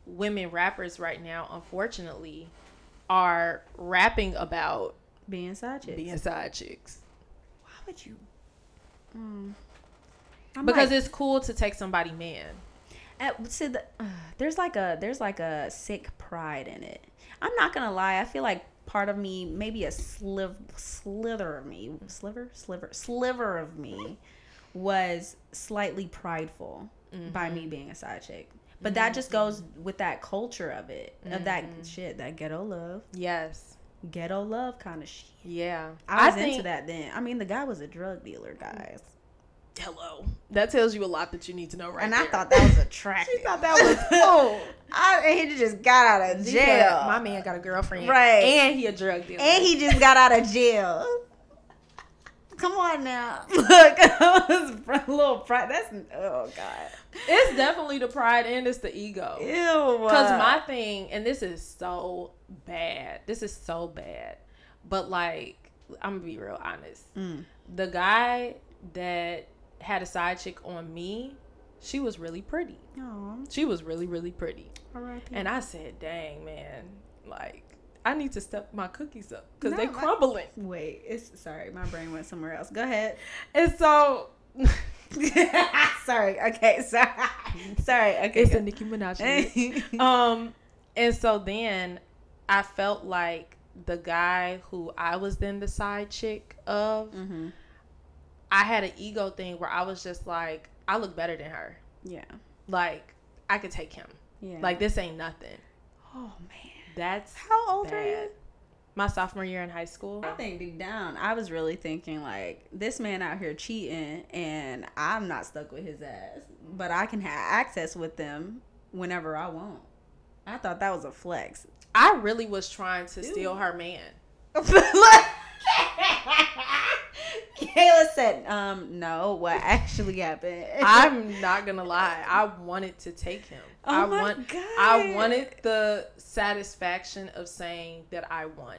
S6: women rappers right now, unfortunately, are rapping about
S2: Being side chicks.
S6: being side chicks.
S2: Why would you I'm
S6: because
S2: like,
S6: it's cool to take somebody man.
S2: at, see the, uh, there's like a there's like a sick pride in it. I'm not gonna lie. I feel like part of me, maybe a sliv slither of me, sliver, sliver, sliver of me, was slightly prideful by me being a side chick. But that just goes with that culture of it, of that shit, that ghetto love,
S6: Yes.
S2: ghetto love kind of shit.
S6: Yeah.
S2: I was into that then. I mean, the guy was a drug dealer, guys,
S6: Hello. That tells you a lot that you need to know right
S2: and I
S6: there.
S2: thought that was attractive.
S5: thought that was cool.
S2: I, and he just got out of
S6: She
S2: jail.
S6: said, My man got a girlfriend.
S2: Right.
S6: And he a drug dealer.
S2: and he just got out of jail. Come on now, look, that was a little pride. That's oh god,
S6: it's definitely the pride and it's the ego.
S2: ew. uh,
S6: Because my thing, and this is so bad. This is so bad. But like, I'm gonna be real honest. The guy that had a side chick on me, she was really pretty.
S2: Aw,
S6: She was really, really pretty.
S2: R.I.P.
S6: And I said, dang, man, like, I need to step my cookies up because
S2: No,
S6: they
S2: my-
S6: crumbling.
S2: wait, it's sorry, my brain went somewhere else. Go ahead. Ah,
S6: And so
S2: sorry, okay, sorry, sorry, okay.
S6: it's a
S2: go.
S6: Nicki Minaj. lyric. um and so then i felt like the guy who i was then the side chick of
S2: Mhm.
S6: i had an ego thing where i was just like i look better than her
S2: Yeah,
S6: like i could take him
S2: yeah.
S6: like this ain't nothing
S2: oh man,
S6: that's
S2: how old are you?
S6: bad my sophomore year in high school
S2: I think deep down, I was really thinking like this man out here cheating, and I'm not stuck with his ass, but I can have access with them whenever I want. I thought that was a flex.
S6: i really was trying to steal her man
S2: Kayla said, "Um, no, what actually happened?"
S6: i'm not gonna lie i wanted to take him
S2: Oh
S6: i
S2: my
S6: want
S2: God.
S6: i wanted the satisfaction of saying that i won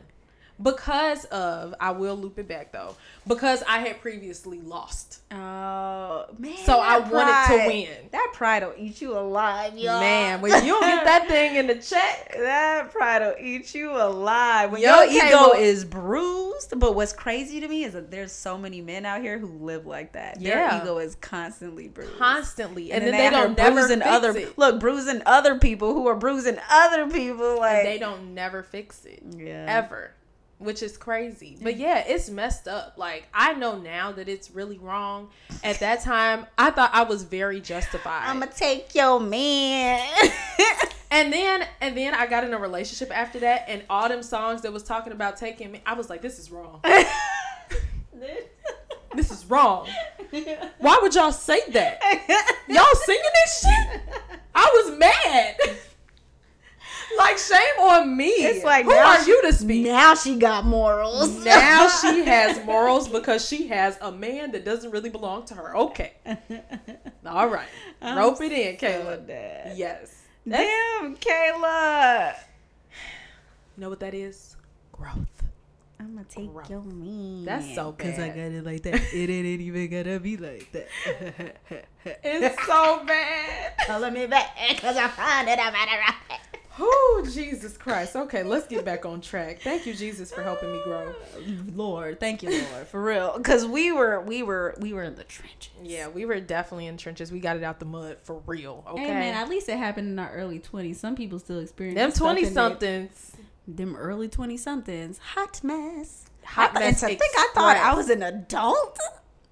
S6: because of i will loop it back though because i had previously lost
S2: oh man,
S6: So I
S2: that
S6: wanted to
S2: pride-
S6: win.
S2: That pride will eat you alive, y'all.
S6: man when you don't get that thing in the check
S2: That pride will eat you alive. When
S6: Yo,
S2: your
S6: okay,
S2: ego
S6: well-
S2: is bruised, but what's crazy to me is that there's so many men out here who live like that.
S6: Yeah.
S2: Their ego is constantly bruised.
S6: constantly and,
S2: And,
S6: then, they, don't
S2: out here
S6: never
S2: bruising
S6: fix
S2: other
S6: it
S2: look, bruising other people who are bruising other people like
S6: they don't never fix it
S2: yeah.
S6: ever which is crazy but yeah it's messed up like i know now that it's really wrong at that time i thought i was very justified
S2: I'ma take your man.
S6: and then and then i got in a relationship after that and all them songs that was talking about taking me i was like this is wrong this is wrong why would y'all say that y'all singing this shit i was mad like shame on me
S2: It's like,
S6: who
S2: now
S6: are
S2: she-
S6: you to speak
S2: now she got morals.
S6: now she has morals because she has a man that doesn't really belong to her. Okay. All right. Rope it in, Caleb.
S2: Damn,
S6: Yes.
S2: Kayla.
S6: You know what that is? Growth.
S2: I'm gonna take
S6: Gross.
S2: your man.
S6: That's so bad.
S5: it like that. It ain't even gonna be like that.
S6: it's so bad.
S2: Color me back because I find it. I'm out of rock.
S6: Oh, Jesus Christ. Okay, let's get back on track. Thank you, Jesus, for helping me grow.
S2: Lord, thank you, Lord, for real. Because we were, we were, we were in the trenches.
S6: Yeah, we were definitely in trenches. We got it out the mud for real. Okay.
S2: Hey man, at least it happened in our early twenties. Some people still experience
S6: Them
S2: this stuff in
S6: 20
S2: their-
S6: somethings.
S2: them early twenty somethings, hot mess.
S6: Hot
S2: I
S6: mess
S2: thought, and to think I thought I
S6: express.
S2: was an adult,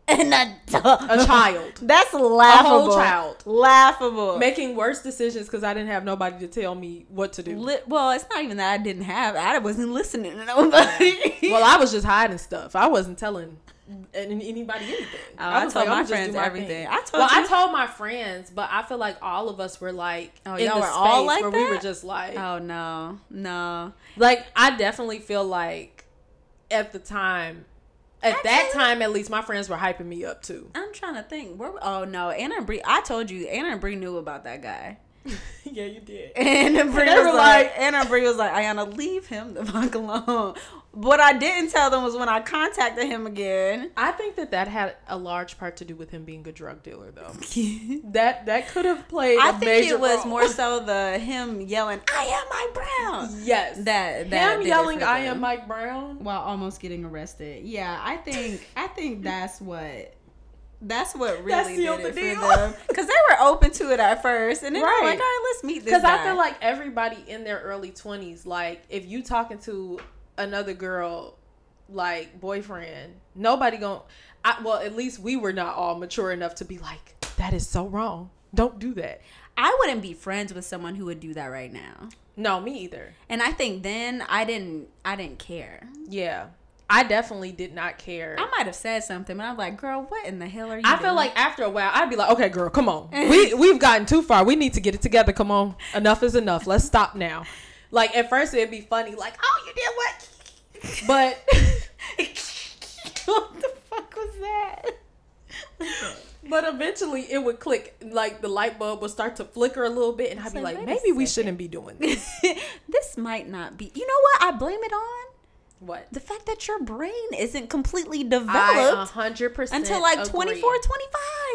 S2: an adult,
S6: a child.
S2: That's laughable.
S6: child.
S2: laughable.
S6: Making worse decisions because I didn't have nobody to tell me what to do.
S2: Li- well, it's not even that I didn't have. I wasn't listening to nobody.
S6: Well, I was just hiding stuff. I wasn't telling an- anybody anything.
S2: Oh, I
S6: was
S2: told
S6: "I'ma
S2: my
S6: just do
S2: friends
S6: thing."
S2: everything. I told
S6: well, I
S2: you.
S6: told my friends, but I feel like all of us were like
S2: Oh,
S6: in
S2: y'all
S6: the
S2: were
S6: space
S2: all like
S6: where we were
S2: that?
S6: just like,
S2: oh no, no.
S6: like I definitely feel like at the time, at that
S2: Actually-
S6: time at least, my friends were hyping me up too.
S2: I'm trying to think. Where? Oh no, Anna and Bree. I told you, Anna and Bree knew about that guy.
S6: yeah, you did.
S2: Anna Bree
S6: They
S2: was
S6: were
S2: like,
S6: like-
S2: Anna Bree was like, Ayana, leave him the fuck alone. What I didn't tell them was when I contacted him again.
S6: I think that that had a large part to do with him being a drug dealer, though. that that could have played.
S2: I
S6: a
S2: think
S6: major
S2: it was
S6: role.
S2: more so the him yelling, "I am Mike Brown."
S6: yes
S2: That that
S6: him
S2: did it
S6: yelling,
S2: for
S6: "I
S2: them.
S6: am Mike Brown."
S2: while almost getting arrested. Yeah, I think I think that's what That's what really
S5: sealed
S2: did it
S5: the
S2: for
S5: deal.
S2: them because they were open to it at first, and then
S6: Right.
S2: they're like, "All right, let's meet this."
S6: Because I
S2: guy."
S6: feel like everybody in their early twenties, like if you talking to another girl, like boyfriend, nobody going. I, well, at least we were not all mature enough to be like, that is so wrong. Don't do that.
S2: I wouldn't be friends with someone who would do that right now.
S6: No, me either.
S2: And I think then I didn't, I didn't care.
S6: Yeah, I definitely did not care.
S2: I might have said something, but I'm like, "Girl, what in the hell are you?"
S6: I feel
S2: doing?"
S6: like after a while, I'd be like, okay, girl, come on. We, we've gotten too far. We need to get it together. Come on. Enough is enough. Let's stop now. Like, at first, it'd be funny, like, oh, you did what? But.
S2: what the fuck was that?
S6: But eventually it would click, like the light bulb would start to flicker a little bit, and I'd be
S2: like,
S6: like,
S2: wait a
S6: maybe we
S2: second."
S6: shouldn't be doing this.
S2: this might not be. You know what? I blame it on
S6: what?
S2: the fact that your brain isn't completely developed
S6: I 100%
S2: until like
S6: agree.
S2: 24,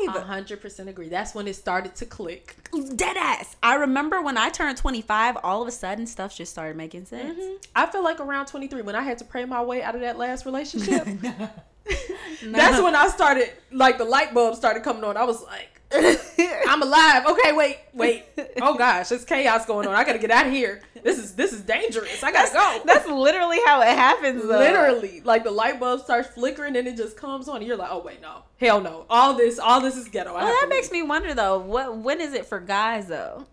S2: 25.
S6: 100% agree. That's when it started to click.
S2: Dead ass. I remember when I turned 25, all of a sudden stuff just started making sense.
S6: I feel like around 23, when I had to pray my way out of that last relationship, that's when I started, like the light bulb started coming on. I was like, I'm alive. Okay, wait, wait. Oh gosh, there's chaos going on. I gotta get out of here. This is this is dangerous. I gotta go.
S2: That's literally how it happens. Though.
S6: literally like the light bulb starts flickering and it just comes on and you're like oh wait no hell no all this all this is ghetto I
S2: Well,
S6: have
S2: that
S6: to
S2: makes
S6: leave.
S2: me wonder though. What when is it for guys though?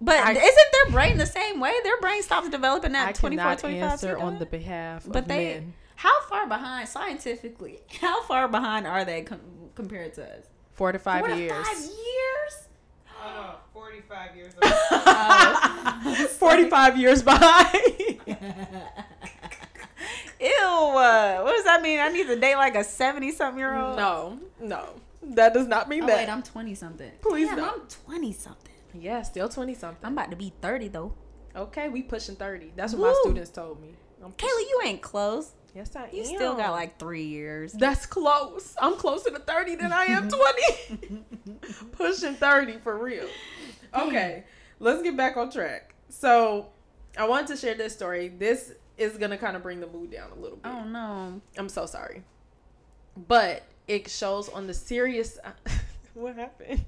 S2: But
S6: I-
S2: isn't their brain the same way? Their brain stops developing at 24, 25. too, though?
S6: behalf
S2: but they how far behind scientifically? How far behind are they com- compared to us?
S6: four to five
S2: Four to Five years.
S3: Oh, 45 years old.
S6: 45 years behind
S2: Ew. Uh, what does that mean? I need to date like a 70 something year old?
S6: no no that does not mean
S2: Oh,
S6: that
S2: wait, I'm 20 something.
S6: Please
S2: Damn,
S6: don't.
S2: I'm 20 something.
S6: yeah still 20 something
S2: I'm about to be 30 though.
S6: okay we pushing 30 that's what my
S2: Woo.
S6: students told me I'm
S2: Kayla, you ain't close.
S6: yes I
S2: You
S6: am
S2: still got like three years.
S6: that's close I'm closer to 30 than I am 20 pushing 30 for real okay let's get back on track so i wanted to share this story this is gonna kind of bring the mood down a little bit
S2: Oh no.
S6: i'm so sorry but it shows on the serious what happened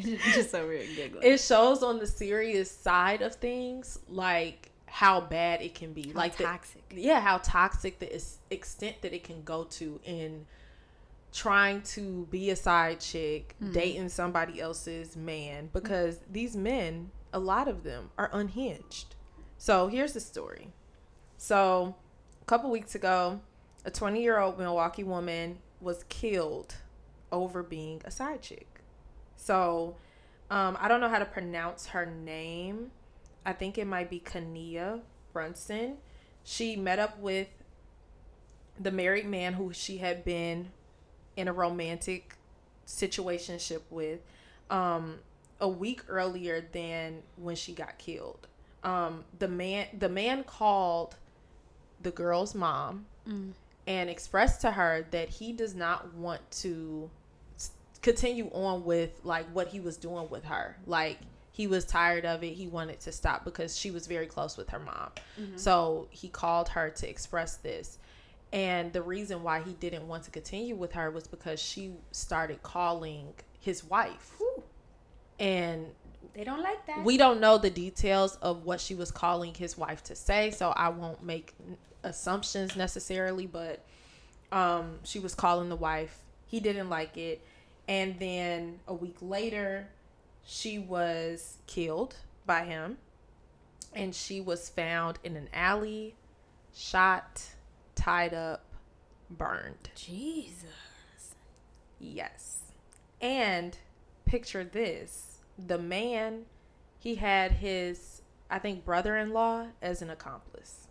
S2: just over here giggling.
S6: it shows on the serious side of things like how bad it can be like the-
S2: toxic.
S6: yeah how toxic the is- extent that it can go to in trying to be a side chick dating somebody else's man because these men a lot of them are unhinged so here's the story so a couple weeks ago a 20 year old milwaukee woman was killed over being a side chick so um, i don't know how to pronounce her name i think it might be kania brunson she met up with the married man who she had been in a romantic situationship with um, a week earlier than when she got killed. Um, the man the man called the girl's mom and expressed to her that he does not want to s- continue on with like what he was doing with her. Like he was tired of it. He wanted to stop because she was very close with her mom. So he called her to express this. And the reason why he didn't want to continue with her was because she started calling his wife. And
S2: They don't like that.
S6: we don't know the details of what she was calling his wife to say, so I won't make n- assumptions necessarily, but um, she was calling the wife. He didn't like it. And then a week later, she was killed by him. And she was found in an alley, shot, tied up, burned.
S2: Jesus.
S6: Yes. And picture this the man, he had his, I think, brother in law as an accomplice.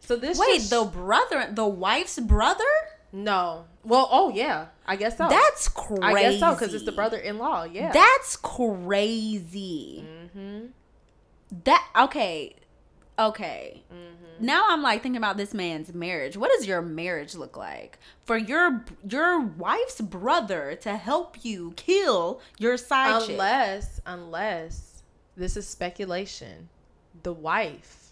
S6: So this
S2: Wait,
S6: just-
S2: the brother, the wife's brother?
S6: no. Well, oh yeah, I guess so.
S2: That's crazy.
S6: I guess so because it's the brother in law. Yeah.
S2: That's crazy.
S6: mm-hmm.
S2: That okay, okay.
S6: Mm-hmm.
S2: Now I'm like thinking about this man's marriage. What does your marriage look like for your your wife's brother to help you kill your side chick?
S6: Unless, unless this is speculation, the wife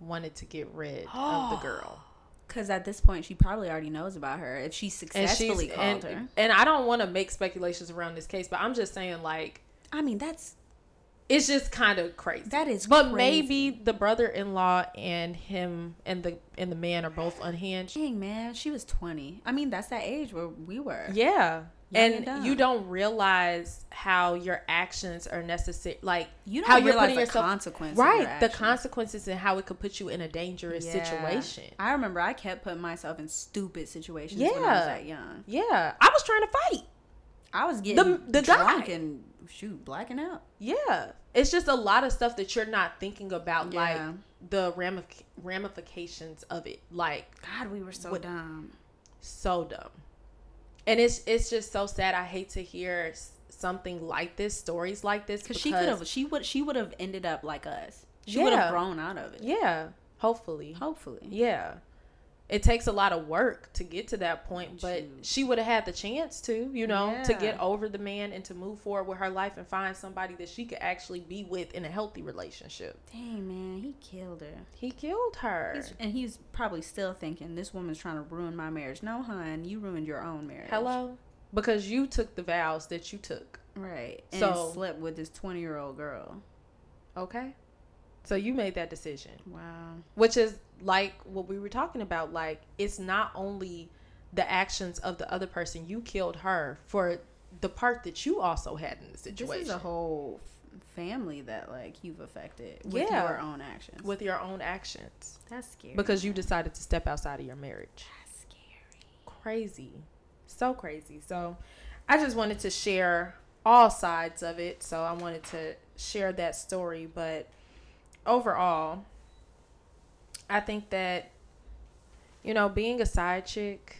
S6: wanted to get rid of the girl.
S2: Because at this point, she probably already knows about her if she
S6: and she's
S2: successfully called
S6: and,
S2: her.
S6: and I don't want to make speculations around this case, but I'm just saying like
S2: I mean, that's
S6: it's just kind of crazy.
S2: that is.
S6: but
S2: crazy.
S6: maybe the brother-in-law and him and the and the man are both unhinged.
S2: Dang man, she was twenty. I mean, that's that age where we were.
S6: Yeah.
S2: Young and dumb.
S6: and you don't realize how your actions are necessary, like
S2: You don't
S6: how
S2: realize the consequences of your
S6: right? The
S2: actions.
S6: consequences and how it could put you in a dangerous
S2: Yeah.
S6: situation.
S2: I remember I kept putting myself in stupid situations when I was
S6: Yeah.
S2: that young.
S6: yeah, I was trying to fight.
S2: I was getting
S6: the
S2: drunk
S6: guy.
S2: and shoot, blacking out.
S6: Yeah, it's just a lot of stuff that you're not thinking about,
S2: Yeah.
S6: like the ramif- ramifications of it. Like
S2: God, we were so
S6: What-
S2: dumb.
S6: so dumb, and it's it's just so sad. I hate to hear s- something like this, stories like this,
S2: Because she could have, she would, she would have ended up like us. She would
S6: Yeah.
S2: have grown out of it.
S6: Yeah, hopefully,
S2: Hopefully.
S6: yeah. It takes a lot of work to get to that point, but
S2: Shoot.
S6: she would have had the chance to, you know, to
S2: Yeah.
S6: get over the man and to move forward with her life and find somebody that she could actually be with in a healthy relationship.
S2: Dang man, he killed her.
S6: He killed her.
S2: He's, and he's probably still thinking this woman's trying to ruin my marriage. No, hun, you ruined your own marriage.
S6: Hello? Because you took the vows that you took.
S2: Right. And
S6: So-
S2: slept with this twenty-year-old girl.
S6: Okay. So you made that decision,
S2: Wow.
S6: which is like what we were talking about. Like, it's not only the actions of the other person, you killed her for the part that you also had in the
S2: This
S6: situation.
S2: is a whole f- family that like you've affected with
S6: Yeah.
S2: your own actions.
S6: with your own actions
S2: that's scary.
S6: because you decided to step outside of your marriage.
S2: that's scary.
S6: Crazy. So crazy. So I just wanted to share all sides of it. So I wanted to share that story. But overall, I think that, you know, being a side chick,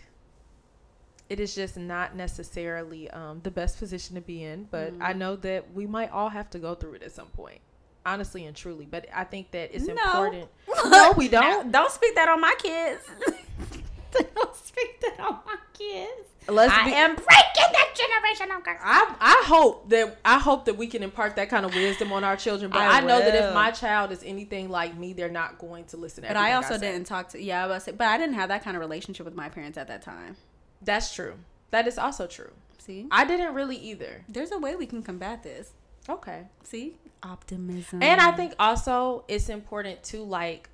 S6: it is just not necessarily um, the best position to be in. But I
S2: Mm-hmm.
S6: know that we might all have to go through it at some point, honestly and truly. But I think that it's
S2: No.
S6: important. No, we don't.
S2: Don't, don't speak that on my kids. don't speak that on my kids.
S6: Let's
S2: I
S6: be,
S2: am breaking that generational curse.
S6: I I hope that I hope that we can impart that kind of wisdom on our children. But I,
S2: I
S6: know that if
S2: will.
S6: my child is anything like me, they're not going to listen. To
S2: But I
S6: everything
S2: also
S6: say.
S2: didn't talk to yeah, I was, but I didn't have that kind of relationship with my parents at that time.
S6: That's true. That is also true.
S2: See,
S6: I didn't really either.
S2: there's a way we can combat this.
S6: Okay.
S2: See, optimism.
S6: And I think also it's important to like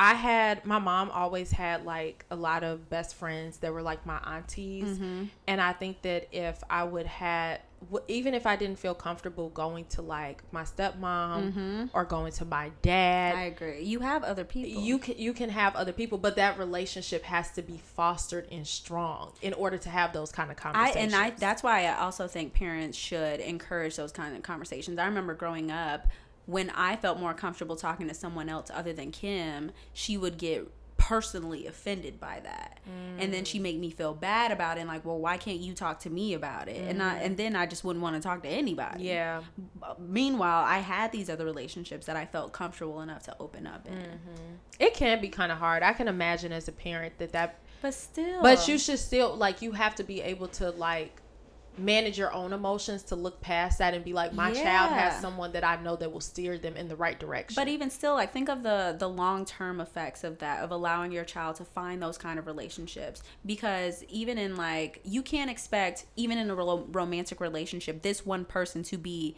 S6: I had my mom always had like a lot of best friends that were like my aunties
S2: Mm-hmm.
S6: and I think that if I would had w- even if I didn't feel comfortable going to like my stepmom or going to my dad
S2: Mm-hmm. I agree. You have other people.
S6: you can you can have other people but that relationship has to be fostered and strong in order to have those kind of
S2: I
S6: conversations
S2: and I that's why I also think parents should encourage those kind of conversations. I remember growing up when I felt more comfortable talking to someone else other than Kim, she would get personally offended by that. And then she made me feel bad about it and like, "Well, why can't you talk to me about it?" And I and then I just wouldn't want to talk to anybody. Uh,
S6: yeah
S2: Meanwhile, I had these other relationships that I felt comfortable enough to open up in.
S6: it can be kind of hard i can imagine as a parent that that
S2: But still
S6: but you should still like you have to be able to like manage your own emotions to look past that and be like my child has
S2: Yeah.
S6: someone that i know that will steer them in the right direction
S2: But e even still, like think of the the long term effects of that of allowing your child to find those kind of relationships because even in like you can't expect even in a relo- romantic relationship this one person to be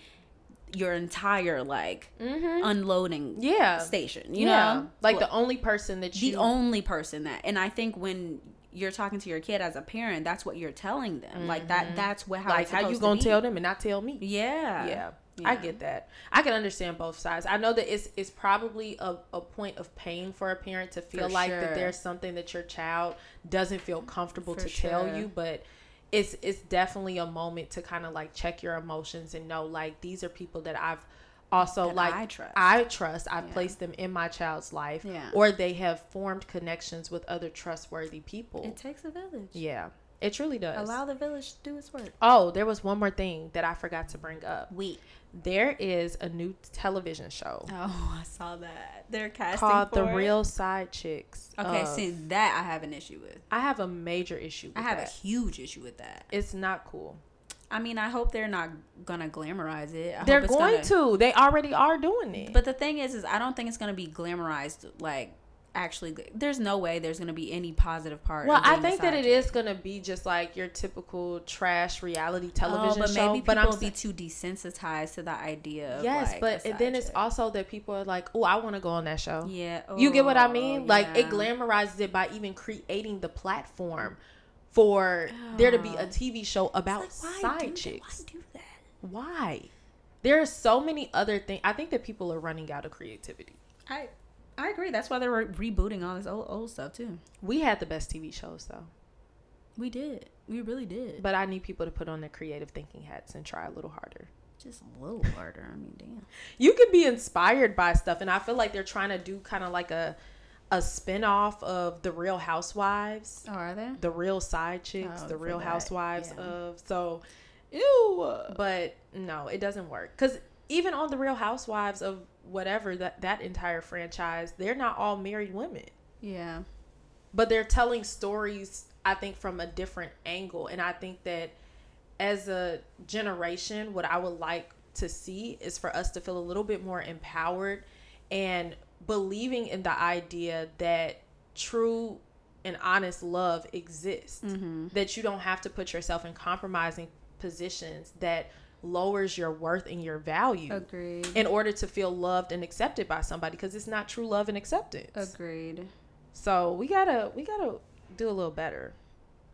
S2: your entire like unloading
S6: Mm-hmm. yeah
S2: station. You
S6: yeah
S2: know,
S6: like
S2: Well,
S6: the only person that you
S2: the only person that and I think when you're talking to your kid as a parent, that's what you're telling them. Like that that's what how
S6: Mm-hmm. like
S2: it's
S6: how you
S2: supposed to
S6: gonna
S2: be.
S6: tell them and not tell me
S2: Yeah.
S6: yeah, I
S2: Yeah.
S6: get that. I can understand both sides. I know that it's it's probably a, a point of pain for a parent to feel
S2: For
S6: like
S2: sure.
S6: that there's something that your child doesn't feel comfortable
S2: For
S6: to tell
S2: sure.
S6: you, but it's it's definitely a moment to kind of like check your emotions and know like these are people that I've also
S2: That
S6: like
S2: I trust.
S6: I trust. I've placed them in my child's life
S2: Yeah.
S6: or they have formed connections with other trustworthy people.
S2: It takes a village.
S6: yeah. It truly does.
S2: Allow the village to do its work.
S6: oh, there was one more thing that I forgot to bring up
S2: We
S6: there is a new television show
S2: Oh, I saw that. They're casting
S6: called The
S2: for it.
S6: Real Side Chicks.
S2: Okay,
S6: of-
S2: see that I have an issue with.
S6: I have a major issue. With
S2: I have a
S6: that.
S2: huge issue with that.
S6: It's not cool.
S2: I mean, I hope they're not gonna glamorize it. I
S6: They're
S2: hope it's
S6: going
S2: gonna-
S6: to. They already are doing it.
S2: But the thing is, is I don't think it's gonna be glamorized. Like actually good. There's no way there's going to be any positive part.
S6: Well,
S2: of being
S6: I think that it
S2: misogyny.
S6: is gonna be just like your typical trash reality
S2: Oh,
S6: television
S2: but
S6: show.
S2: maybe
S6: but
S2: people
S6: I'm
S2: will be
S6: sa-
S2: too desensitized to the idea. Of
S6: yes,
S2: like,
S6: but
S2: a
S6: it, then
S2: side
S6: it's
S2: chick.
S6: also that people are like, "Oh, I want to go on that show."
S2: yeah.
S6: You get what I
S2: oh,
S6: mean? Like it
S2: yeah.
S6: glamorizes it by even creating the platform for there to be
S2: Ah.
S6: a TV show about side chicks.
S2: do that?
S6: Why? There are so many other things. I think that people are running out of creativity.
S2: I I agree. That's why they're re- rebooting all this old old stuff too.
S6: We had the best TV shows though,
S2: We did. We really did.
S6: but I need people to put on their creative thinking hats and try a little harder.
S2: Just a little harder. I mean, damn.
S6: you can be inspired by stuff and i feel like they're trying to do kind of like a a spin-off of the real housewives
S2: Oh, are they?
S6: the real side chicks
S2: Oh, for
S6: the real
S2: that,
S6: housewives
S2: yeah.
S6: of so ew but no it doesn't work because even on the real housewives of whatever that that entire franchise they're not all married women
S2: Yeah.
S6: but they're telling stories i think from a different angle and i think that as a generation what i would like to see is for us to feel a little bit more empowered and believing in the idea that true and honest love exists that you don't have to put yourself in compromising positions that lowers your worth and your value
S2: Agreed.
S6: in order to feel loved and accepted by somebody because it's not true love and acceptance
S2: Agreed.
S6: so we gotta we gotta do a little better.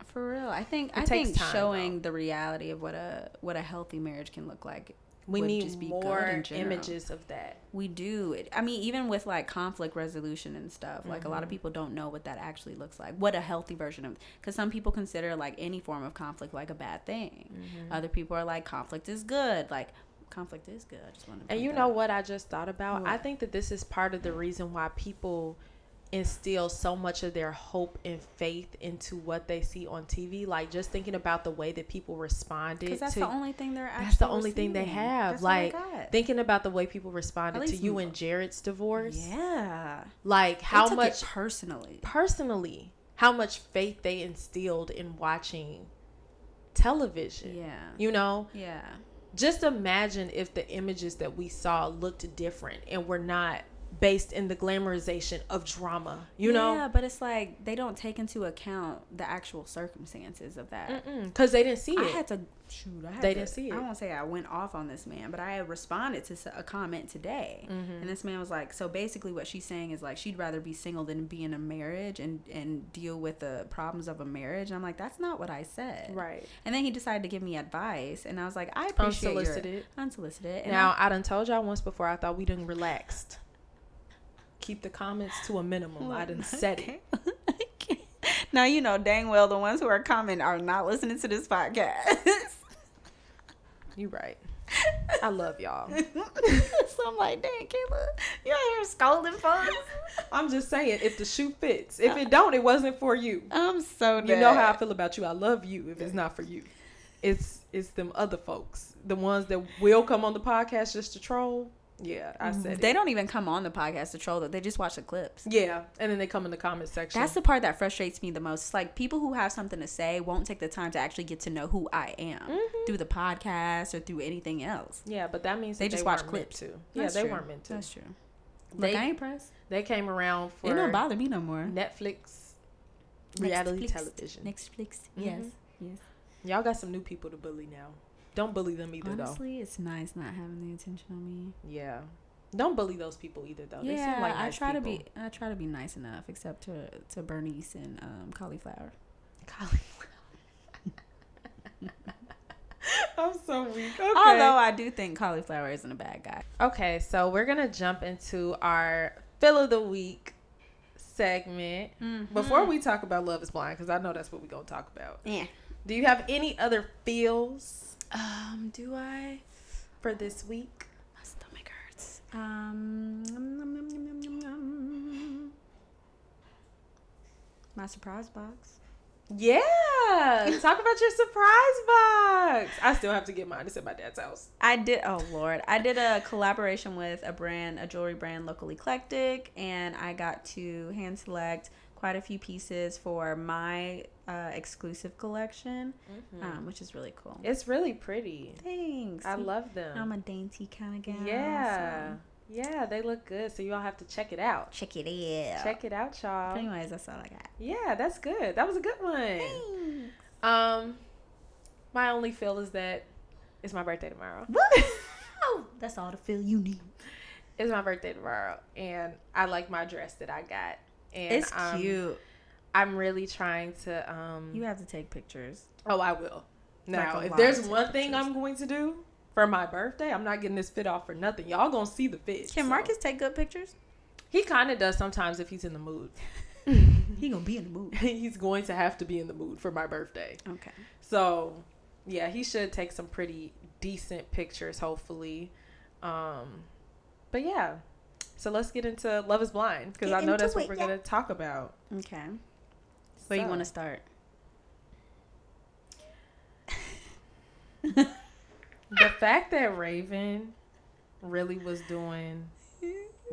S2: For real, I think I
S6: takes
S2: think
S6: time,
S2: showing the reality of what a what a healthy marriage can look like.
S6: We
S2: would
S6: need
S2: just be good
S6: more
S2: in general.
S6: images of that.
S2: We do. It- I mean, even with like conflict resolution and stuff, like a lot of people don't know what that actually looks like. What a healthy version of because some people consider like any form of conflict like a bad thing. Other people are like conflict is good. Like conflict is good. I just want to.
S6: And
S2: point
S6: you
S2: that
S6: know
S2: out.
S6: what I just thought about? I
S2: What?
S6: think that this is part of the reason why people instill so much of their hope and faith into what they see on TV. Like just thinking about the way that people responded
S2: that's
S6: to
S2: the only thing they're actually
S6: that's the only thing they
S2: receiving.
S6: have.
S2: That's what I
S6: like
S2: got.
S6: thinking about the way people responded to
S2: least
S6: you
S2: m-
S6: and Jared's divorce.
S2: yeah.
S6: Like
S2: They
S6: how
S2: took it
S6: much
S2: personally?
S6: personally, how much faith they instilled in watching television.
S2: Yeah.
S6: You know,
S2: Yeah.
S6: just imagine if the images that we saw looked different and were not based in the glamorization of drama, you
S2: Yeah,
S6: know?
S2: but it's like they don't take into account the actual circumstances of that.
S6: Because Mm, they didn't see
S2: I
S6: it.
S2: had to shoot. I had
S6: They
S2: to-
S6: didn't see it.
S2: I won't say I went off on this man, but I responded to s- a comment today,
S6: Mm-hmm.
S2: and this man was like, "So basically, what she's saying is like she'd rather be single than be in a marriage and and deal with the problems of a marriage." And I'm like, "That's not what I said."
S6: Right.
S2: And then he decided to give me advice, and I was like, "I appreciate your-
S6: Unsolicited.
S2: unsolicited." And
S6: now, I done told y'all once before, I thought we done relaxed. Keep the comments to a minimum. I done said it.
S2: I now you know dang well the ones who are coming are not listening to this podcast.
S6: You right. I love y'all.
S2: so I'm like, dang, Kayla, you're out here scolding folks.
S6: I'm just saying, if the shoe fits, if it don't, it wasn't for you.
S2: I'm so
S6: You know how I feel about you. I love you. If it's not for you, it's it's them other folks, the ones that will come on the podcast just to troll. Yeah, I said
S2: Mm-hmm. they
S6: it.
S2: don't even come on the podcast to troll though. They just watch the clips.
S6: Yeah, and then they come in the comment section.
S2: That's the part that frustrates me the most. It's like people who have something to say won't take the time to actually get to know who I am through the podcast or through anything else.
S6: yeah, but that means
S2: They
S6: that
S2: just watch
S6: weren't meant
S2: clips.
S6: to. Yeah,
S2: That's
S6: they
S2: true.
S6: weren't meant to.
S2: That's true. Like
S6: They-
S2: I ain't pressed.
S6: They came around
S2: It don't
S6: for
S2: bother me no more.
S6: Netflix reality
S2: Netflix.
S6: television.
S2: Netflix. Yes. Yes.
S6: Y'all got some new people to bully now. Don't bully them either, though.
S2: Honestly, it's nice not having the attention on me.
S6: Yeah, don't bully those people either, though. they
S2: yeah,
S6: seem like
S2: I
S6: nice
S2: try
S6: people.
S2: to be I try to be nice enough, except to to Bernice and um, cauliflower.
S6: I'm so weak. Okay.
S2: Although I do think cauliflower isn't a bad guy.
S6: Okay, so we're gonna jump into our fill of the week segment before we talk about love is blind because I know that's what we're gonna talk about.
S2: Yeah.
S6: Do you have any other feels
S2: Um. Do I?
S6: for this week?
S2: My stomach hurts. Um. nom, nom, nom, nom, nom, nom. My surprise box.
S6: Yeah, talk about your surprise box. I still have to get mine. It's at my dad's house.
S2: I did. Oh Lord, I did a collaboration with a brand, a jewelry brand, local eclectic, and I got to hand select quite a few pieces for my uh, exclusive collection, um, which is really cool.
S6: It's really pretty.
S2: Thanks.
S6: I love them.
S2: I'm a dainty kind of gal.
S6: yeah,
S2: so
S6: Yeah, they look good. So you all have to check it out.
S2: Check it out.
S6: Check it out, y'all.
S2: Anyways, that's all I got.
S6: Yeah, that's good. That was a good one. Um, my only feel is that it's my birthday tomorrow.
S2: Oh, that's all the feel you need.
S6: It's my birthday tomorrow, and I like my dress that I got. And
S2: It's
S6: um,
S2: cute.
S6: I'm really trying to. Um,
S2: You have to take pictures.
S6: oh, I will. Now,
S2: a
S6: if
S2: lot
S6: there's
S2: of
S6: one thing I'm going to do for my birthday, I'm not getting this fit off for nothing. Y'all gonna see the fit.
S2: Can
S6: so.
S2: Marcus take good pictures?
S6: He kind of does sometimes if he's in the mood.
S2: He gonna be in the mood.
S6: he's going to have to be in the mood for my birthday.
S2: Okay.
S6: So, yeah, he should take some pretty decent pictures, hopefully. Um, but yeah, so let's get into Love is Blind because
S2: Get
S6: I know
S2: into
S6: that's what
S2: it,
S6: we're
S2: yeah.
S6: going to talk about.
S2: Okay. Where you
S6: So-
S2: want to start?
S6: The fact that Raven really was doing.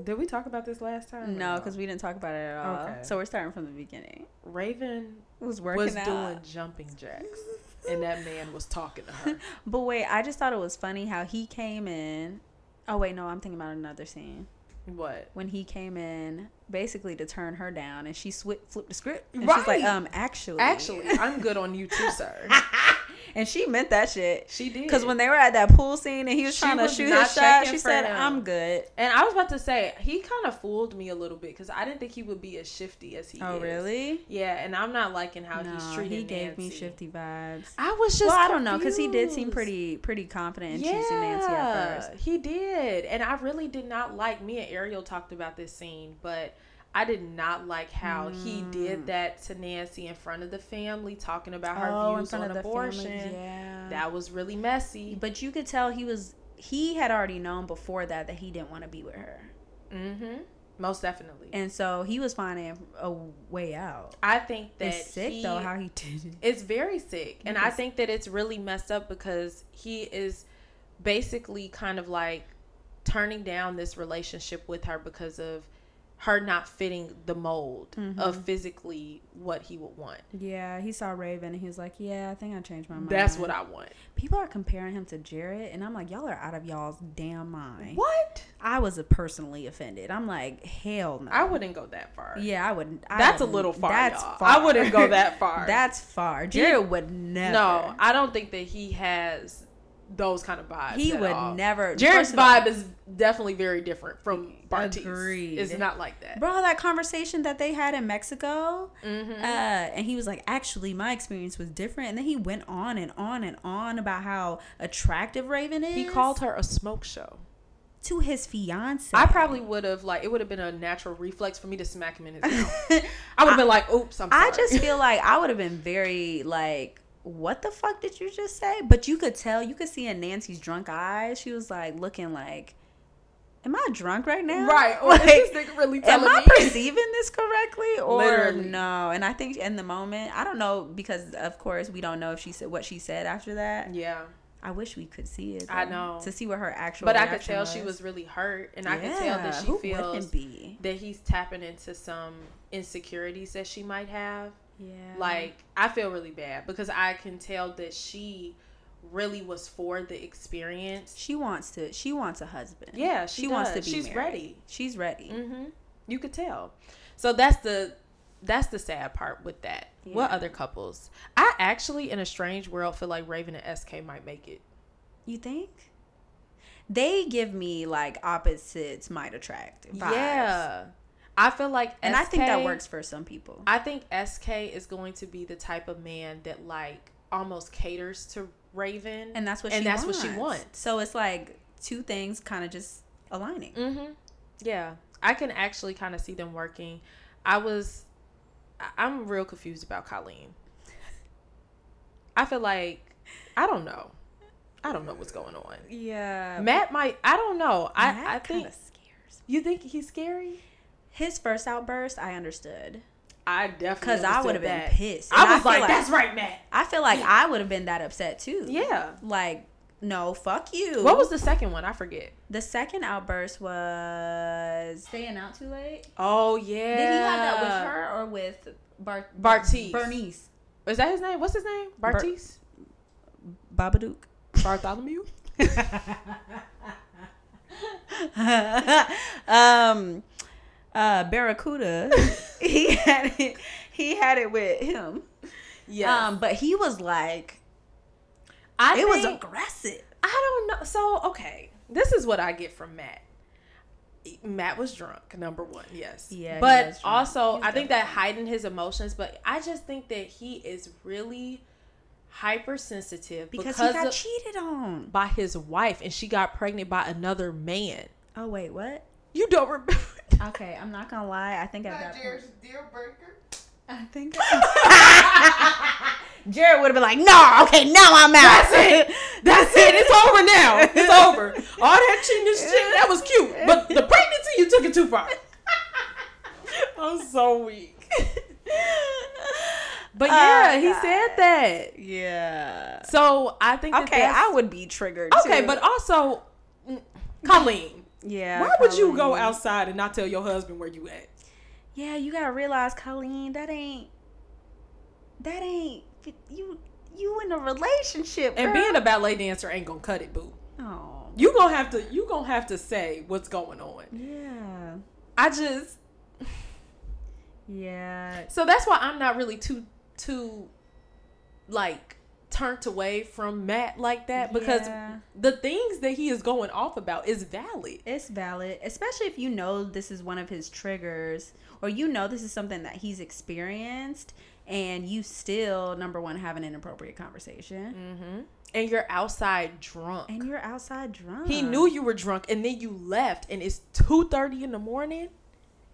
S6: Did we talk about this last time? or
S2: No, because we didn't talk about it at all.
S6: Okay.
S2: So we're starting from the beginning.
S6: Raven
S2: It was working
S6: was
S2: out.
S6: doing jumping jacks, and that man was talking to her.
S2: But wait, I just thought it was funny how he came in. Oh wait, no, I'm thinking about another scene
S6: What?
S2: when he came in basically to turn her down, and she swi flipped the script. And She's
S6: Right.
S2: like, um, actually,
S6: Actually, I'm good on you too, sir.
S2: and she meant that shit.
S6: She did.
S2: Because when they were at that pool scene and he was
S6: She
S2: trying
S6: was
S2: to shoot
S6: not
S2: his shot,
S6: checking
S2: she
S6: for
S2: said,
S6: him.
S2: "I'm good."
S6: And I was about to say he kind of fooled me a little bit because I didn't think he would be as shifty as he is.
S2: Oh really?
S6: Yeah, and I'm not liking how
S2: No,
S6: he's treating.
S2: he gave me
S6: Nancy.
S2: shifty vibes.
S6: I was just.
S2: Well, I don't know because he did seem
S6: confused.
S2: pretty pretty confident in
S6: yeah,
S2: choosing Nancy at first.
S6: he did, and I really did not like. Me and Ariel talked about this scene, but I did not like how he
S2: Mm.
S6: did that to Nancy in front of the family, talking about her
S2: Oh,
S6: views on abortion.
S2: yeah.
S6: That was really messy.
S2: But you could tell he was he had already known before that that he didn't want to be with her,
S6: Mm-hmm. Most definitely.
S2: and so he was finding a way out.
S6: I think that
S2: It's sick
S6: he,
S2: though how he did it.
S6: It's very sick. And I think that it's really messed up because he is basically kind of like turning down this relationship with her because of her not fitting the mold
S2: Mm-hmm.
S6: of physically what he would want.
S2: Yeah, he saw Raven and he was like, "Yeah, I think I changed my mind."
S6: That's what I want.
S2: people are comparing him to Jared, and I'm like, "Y'all are out of y'all's damn mind."
S6: What?
S2: I was personally offended. I'm like, "Hell no."
S6: I wouldn't go that far.
S2: Yeah, I wouldn't. I
S6: That's a
S2: wouldn't-
S6: little far,
S2: That's
S6: y'all. I wouldn't go that far.
S2: that's far. Jared would never.
S6: No, I don't think that he has those kind of vibes.
S2: he
S6: at
S2: would
S6: all.
S2: never.
S6: Jared's
S2: First of all-
S6: vibe is definitely very different from Bartiz.
S2: Agreed.
S6: It's not like that.
S2: Bro, that conversation that they had in Mexico, uh,
S6: Mm-hmm.
S2: and he was like, "Actually, my experience was different." And then he went on and on and on about how attractive Raven is.
S6: He called her a smoke show.
S2: to his fiance.
S6: I probably would have like it would have been a natural reflex for me to smack him in his mouth. I would have been like, "Oops, I'm sorry."
S2: I just feel like I would have been very like, what the fuck did you just say? But you could tell, you could see in Nancy's drunk eyes, she was like looking like, am I drunk right now?
S6: right. Or
S2: Like,
S6: is this nigga really
S2: am
S6: telling
S2: I
S6: me?
S2: perceiving this correctly or
S6: Literally.
S2: no? And I think in the moment, I don't know because of course we don't know if she said what she said after that.
S6: yeah,
S2: I wish we could see it.
S6: I
S2: though,
S6: know.
S2: to see what her actual.
S6: but I could
S2: reaction
S6: tell she was really hurt, and I could tell that
S2: Yeah,
S6: she
S2: who
S6: feels
S2: wouldn't be?
S6: that he's tapping into some insecurities that she might have.
S2: Yeah,
S6: Like I feel really bad because I can tell that she really was for the experience.
S2: She wants to. She wants a husband.
S6: Yeah, she
S2: wants to be.
S6: does. She's
S2: married.
S6: ready.
S2: She's ready.
S6: Mm-hmm. You could tell. So that's the that's the sad part with that. What
S2: Yeah.
S6: other couples? I actually, in a strange world, feel like Raven and SK might make it.
S2: You think? They give me like opposites might attract vibes.
S6: Yeah, I feel like,
S2: And I think that
S6: SK
S2: works for some people.
S6: I think SK is going to be the type of man that like almost caters to Raven,
S2: And that's what
S6: and
S2: she
S6: that's
S2: wants.
S6: what she wants.
S2: So it's like two things kind of just aligning.
S6: Mm-hmm. Yeah, I can actually kind of see them working. I was, I- I'm real confused about Colleen. I feel like I don't know. I don't know what's going on.
S2: Yeah.
S6: Matt might. I don't know. I I
S2: Matt
S6: think
S2: kinda scares. me.
S6: you think he's scary.
S2: His first outburst, I understood.
S6: I definitely
S2: Because I would have been pissed. And
S6: I was
S2: feel
S6: like, that's right, Matt.
S2: I feel like I would have been that upset too.
S6: Yeah.
S2: Like, no, fuck you.
S6: What was the second one? I forget.
S2: the second outburst was staying out too late?
S6: Oh yeah.
S2: Did he have that with her or with Bart
S6: Bartiz.
S2: Bernice?
S6: Is that his name? What's his name? Bartiz.
S2: Babadook.
S6: Bartholomew.
S2: um, uh, Barracuda, he had it. He had it with him.
S6: Yeah.
S2: Um, but he was like,
S6: I
S2: it was
S6: think-
S2: aggressive.
S6: I don't know. So okay, this is what I get from Matt. Matt was drunk. Number one, yes.
S2: Yeah, he
S6: But
S2: was drunk.
S6: also,
S2: He's
S6: I think that heightened his emotions. But I just think that he is really hypersensitive
S2: Because, he got
S6: of-
S2: cheated on.
S6: by his wife, and she got pregnant by another man.
S2: Oh wait, what?
S6: You don't remember?
S2: Okay, I'm not gonna lie. I think I got.
S3: Not Jared's deal breaker.
S2: I think Jared would have been like, "No, okay, now I'm out." That's it.
S5: That's it. It's over now. It's over. All that cheating and shit, that was cute. But the pregnancy, you took it too far. I'm so weak.
S6: But
S2: Oh,
S6: yeah, he
S2: God.
S6: said that.
S2: Yeah.
S6: So I think that
S2: Okay,
S6: that's-
S2: I would be triggered.
S6: Okay,
S2: too.
S6: but also, mm, Colleen,
S2: yeah.
S5: Why would you go
S2: Uh, Colleen.
S5: outside and not tell your husband where you at?
S2: Yeah, you gotta realize, Colleen, that ain't that ain't you. You in a relationship
S5: And
S2: girl.
S5: being a ballet dancer ain't gonna cut it, boo.
S2: Oh.
S5: You gonna have to. You gonna have to say what's going on.
S2: Yeah.
S6: I just
S2: Yeah.
S6: So that's why I'm not really too too like turned away from Matt like that because
S2: Yeah.
S6: the things that he is going off about is valid.
S2: It's valid, especially if you know this is one of his triggers or you know this is something that he's experienced and you still number one have an inappropriate conversation
S6: Mm. And you're outside drunk.
S2: Mm-hmm. and you're outside drunk.
S6: he knew you were drunk and then you left and it's 2:30 in the morning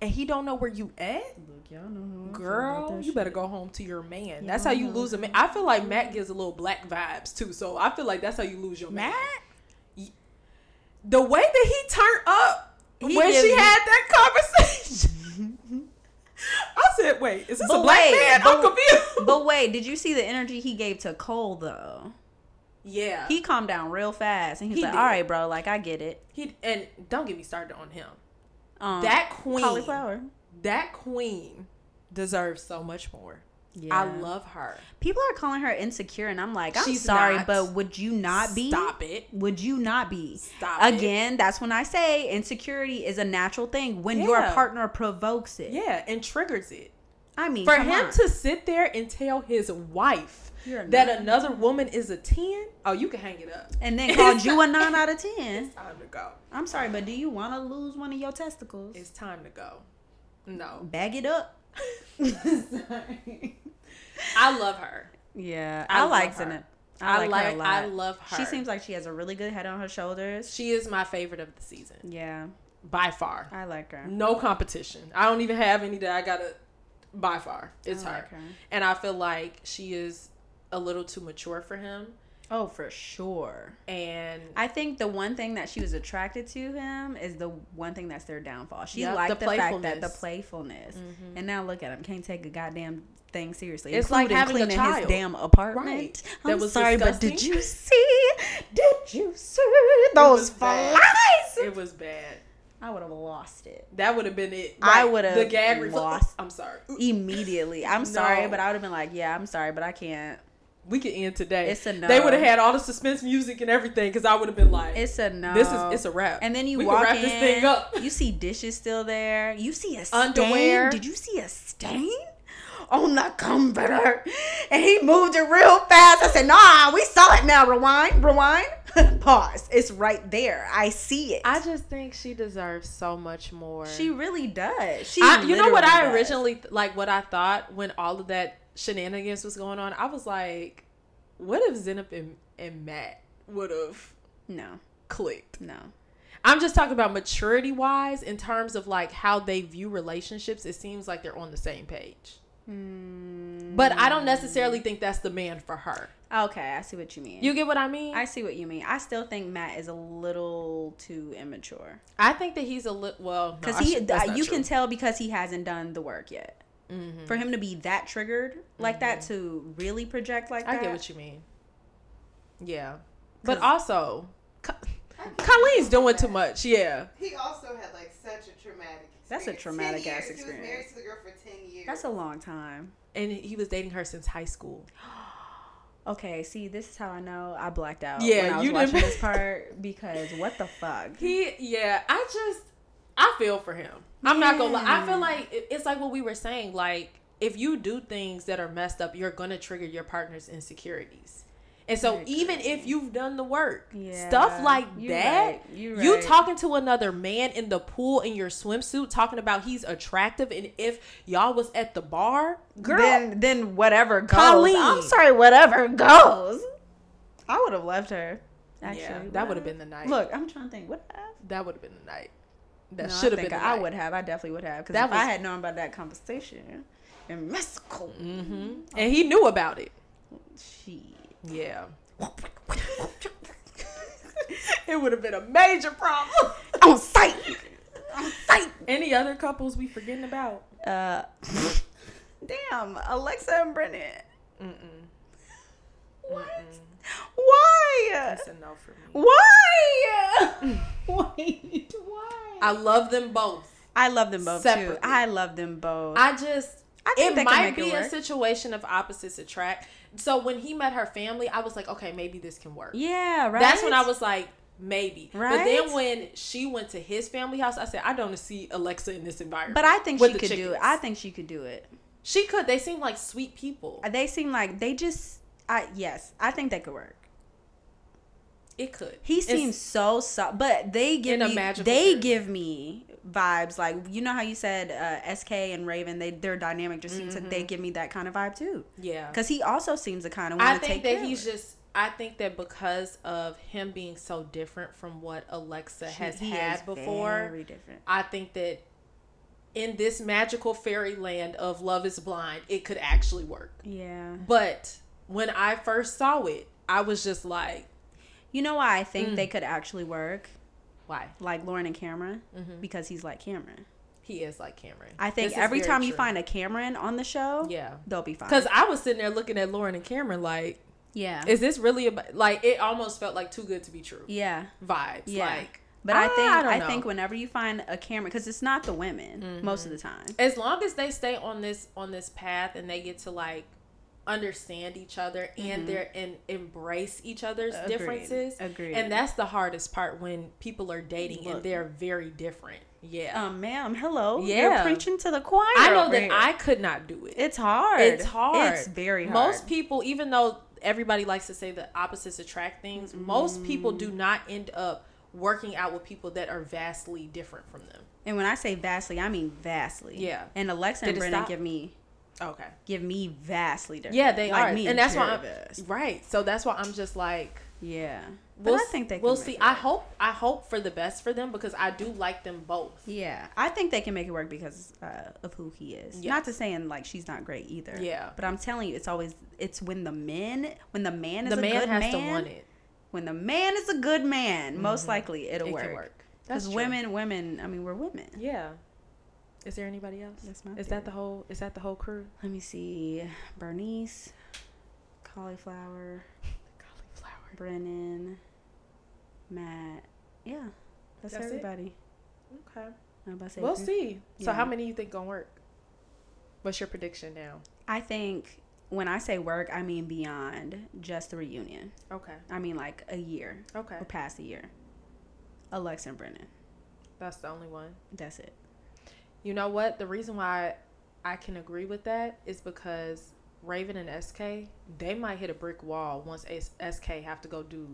S6: and he don't know where you at?
S2: y'all know who
S6: Girl, you better go home to your man. That's how you lose a man. I feel like Matt gives a little black vibes too. So I feel like that's how you lose your man.
S2: Matt.
S6: The way that he turned up
S2: He
S6: when she
S2: gives-
S6: had that conversation.
S5: I said, wait, is this
S2: But
S5: a black
S2: wait,
S5: man? I'm
S2: but-
S5: confused.
S2: But wait, did you see the energy he gave to Cole though?
S6: Yeah.
S2: He calmed down real fast and he's
S6: He
S2: like,
S6: did.
S2: "All right, bro, like I get it."
S6: He and don't get me started on him.
S2: Um,
S6: That queen,
S2: cauliflower.
S6: that queen deserves so much more.
S2: Yeah.
S6: I love her.
S2: People are calling her insecure, and I'm like, I'm
S6: She's
S2: sorry,
S6: not.
S2: but would you not be?
S6: Stop it.
S2: Would you not be?
S6: Stop it.
S2: Again, that's when I say insecurity is a natural thing when your
S6: Yeah.
S2: partner provokes it.
S6: Yeah, and triggers it
S2: I mean,
S6: for
S2: come
S6: him
S2: on.
S6: to sit there and tell his wife
S2: You're a
S6: that
S2: nine.
S6: another woman is a ten. Oh, you can hang it up.
S2: and then called you a nine out of ten.
S5: Time to go.
S2: I'm sorry, but do you want to lose one of your testicles?
S6: It's time to go. No,
S2: Bag it up.
S6: I love her.
S2: yeah,
S6: I
S2: I,
S6: love
S2: like
S6: her.
S2: Zenit.
S6: I
S2: I
S6: like.
S2: like her a lot.
S6: I love her.
S2: She seems like she has a really good head on her shoulders.
S6: she is my favorite of the season
S2: Yeah,
S6: by far.
S2: I like her.
S6: No competition. I don't even have any that I gotta. By far, it's
S2: I
S6: her.
S2: like her.
S6: and I feel like she is a little too mature for him.
S2: Oh, for sure.
S6: And
S2: I think the one thing that she was attracted to him is the one thing that's their downfall. She
S6: Yep,
S2: liked
S6: the
S2: the, fact that the
S6: playfulness. Mm-hmm.
S2: playfulness, and now look at him, can't take a goddamn thing seriously.
S6: It's like
S2: including
S6: having a
S2: cleaning
S6: child.
S2: his damn apartment.
S6: Right.
S2: I'm
S6: That was
S2: sorry, but did
S6: disgusting.
S2: you see? Did you see those
S6: was bad.
S2: flies?
S6: it was bad.
S2: I would have lost it
S6: That would have been it.
S2: I
S6: Right.
S2: would've
S6: the gag reflex.
S2: lost. E-
S6: I'm sorry.
S2: immediately. I'm sorry,
S6: No.
S2: but I would have been like, yeah, I'm sorry, but I can't.
S6: We could end today.
S2: It's a no.
S6: They would have had all the suspense music and everything because I would have been like,
S2: It's a no.
S6: "This is it's a wrap."
S2: And then you
S6: We can
S2: walk
S6: wrap
S2: in.
S6: this thing up.
S2: You see dishes still there. You see a
S6: Underwear.
S2: stain. Did you see a stain on the comforter? And he moved it real fast. I said, "Nah, we saw it now. Rewind, rewind, pause. It's right there. I see it.
S6: I just think she deserves so much more.
S2: she really does. She.
S6: I, you know what
S2: literally
S6: I
S2: does.
S6: originally th- like what I thought when all of that shenanigans was going on. I was like, "What if Zenip and, and Matt would have
S2: No,
S6: clicked?"
S2: no.
S6: I'm just talking about maturity wise in terms of like how they view relationships. It seems like they're on the same page.
S2: Hmm.
S6: But I don't necessarily think that's the man for her.
S2: Okay, I see what you mean.
S6: You get what I mean?
S2: I see what you mean. I still think Matt is a little too immature
S6: I think that he's a little well
S2: because he. uh, you can tell because he hasn't done the work yet.
S6: Mm-hmm.
S2: for him to be that triggered like that to really project like
S6: I
S2: that.
S6: get what you mean. Yeah, but also, Co- Colleen's doing too much. Yeah,
S3: He also had like such a traumatic. Experience.
S2: That's a
S3: 10
S2: traumatic ass
S3: years. He was married
S2: experience.
S3: to the girl for ten years.
S2: That's a long time.
S6: and he was dating her since high school.
S2: Okay, see, this is how I know I blacked out.
S5: Yeah,
S2: when I was
S5: you didn't-
S2: watching this part because what the fuck?
S6: He, yeah, I just, I feel for him. I'm not gonna lie. I feel like it- it's like what we were saying. Like, if you do things that are messed up, you're gonna trigger your partner's insecurities. And so,
S2: Very
S6: even if you've done the work,
S2: Yeah,
S6: stuff like
S2: you
S6: that,
S2: right, you
S6: you
S2: right.
S6: talking to another man in the pool in your swimsuit, talking about he's attractive, and if y'all was at the bar, girl,
S2: Then, then whatever goes.
S6: Colleen.
S2: I'm sorry, whatever goes. I would have left her. Actually,
S6: yeah,
S2: would
S6: that
S2: I?
S6: would have been the night.
S2: Look, I'm trying to think. What I-
S6: that would have been the night. That
S2: No, I
S6: should have
S2: think
S6: been. The
S2: I
S6: night.
S2: would have. I definitely would have. Because
S6: That
S2: if I
S6: was-
S2: had known about that conversation in Mexico,
S6: hmm And he knew about it.
S2: she.
S6: Yeah.
S2: it would have been a major problem. On sight. On sight.
S6: Any other couples we forgetting about?
S2: Uh, damn, Alexa and Brennan.
S6: Mm-mm.
S2: What? Why?
S6: That's a no for me.
S2: Why? Wait, why?
S6: I love them both.
S2: I love them both
S6: Separately.
S2: too. I love them both.
S6: I just
S2: I think
S6: it
S2: they can
S6: might
S2: make it
S6: be a
S2: work.
S6: situation of opposites attract. So when he met her family, I was like, okay, maybe this can work.
S2: yeah, right.
S6: That's when I was like, maybe. But
S2: Right?
S6: then when she went to his family house, I said, I don't see Alexa in this environment.
S2: But I think
S6: with
S2: she
S6: the
S2: could do
S6: chickens.
S2: it. I think she could do it.
S6: she could. They seem like sweet people.
S2: They seem like they just. I yes, I think that could work.
S6: It could.
S2: He
S6: It's-
S2: seems so soft, but they give
S6: In a
S2: me
S6: magical
S2: they
S6: period.
S2: give me vibes like you know how you said uh, SK and Raven they their dynamic just seems like they give me that kind of vibe too.
S6: Mm-hmm. yeah.
S2: Because he also seems the kind of one
S6: I
S2: to take
S6: think that
S2: care
S6: he's
S2: of.
S6: just. I think that because of him being so different from what Alexa
S2: She-
S6: has
S2: he is
S6: had before,
S2: Very different.
S6: I think that in this magical fairyland of Love Is Blind, it could actually work.
S2: Yeah.
S6: But when I first saw it, I was just like,
S2: You know why I think
S6: Mm.
S2: they could actually work
S6: why?
S2: like Lauren and Cameron because he's like Cameron.
S6: He is like Cameron.
S2: I think
S6: Mm-hmm. This is
S2: every
S6: very
S2: time you
S6: true.
S2: find a Cameron on the show,
S6: Yeah.
S2: they'll be fine.
S6: Because I was sitting there looking at Lauren and Cameron like,
S2: yeah,
S6: is this really about, like, it almost felt like too good to be true
S2: yeah.
S6: vibes.
S2: Yeah.
S6: Like,
S2: But I
S6: Ah,
S2: think
S6: I don't
S2: I,
S6: know. Mm-hmm.
S2: think whenever you find a Cameron, because it's not the women most of the time.
S6: as long as they stay on this on this path and they get to like understand each other and their and embrace each other's
S2: Mm-hmm. Agreed.
S6: differences
S2: Agreed.
S6: and that's the hardest part when people are dating
S2: Look.
S6: and they're very different yeah
S2: Um, ma'am, hello.
S6: Yeah.
S2: You're preaching to the choir.
S6: i know
S2: over
S6: that
S2: here.
S6: i could not do it
S2: It's hard.
S6: it's hard
S2: It's very hard.
S6: most people even though everybody likes to say that opposites attract things most people
S2: Mm-hmm.
S6: do not end up working out with people that are vastly different from them
S2: and when I say vastly, I mean vastly.
S6: Yeah.
S2: And Alexa
S6: Did
S2: and
S6: it
S2: Brennan
S6: stop?
S2: give me
S6: okay
S2: give me vastly different.
S6: yeah they
S2: like
S6: are
S2: Me
S6: and that's why I'm,
S2: Jervis.
S6: right so that's why i'm just like
S2: Yeah.
S6: we'll,
S2: but I think they.
S6: we'll
S2: can
S6: see.
S2: Make it
S6: I
S2: work.
S6: hope I hope for the best for them because I do like them both.
S2: Yeah, I think they can make it work because uh, of who he is.
S6: Yes.
S2: Not to saying like she's not great either.
S6: Yeah.
S2: But I'm telling you, it's always it's when the men when the man is
S6: the
S2: a
S6: man
S2: good
S6: has
S2: man,
S6: to want it.
S2: when the man is a good man, most likely it'll
S6: Mm-hmm. It
S2: work.
S6: can work.
S2: Because
S6: true.
S2: women, women, I mean, we're women.
S6: Yeah. Is there anybody else?
S2: That's my
S6: Is that the
S2: theory.
S6: whole? Is that the whole crew?
S2: Let me see, Bernice, cauliflower,
S6: Cauliflower.
S2: Brennan, Matt. Yeah, that's,
S6: That's it?
S2: everybody.
S6: Okay.
S2: I'm about to say
S6: We'll
S2: three-
S6: see. So
S2: Yeah.
S6: how many you think gonna work? What's your prediction now?
S2: I think when I say work, I mean beyond just the reunion.
S6: Okay.
S2: I mean like a year
S6: Okay.
S2: or past a year. Alexa and Brennan.
S6: That's the only one.
S2: That's it.
S6: You know what? The reason why I can agree with that is because Raven and SK they might hit a brick wall once SK have to go do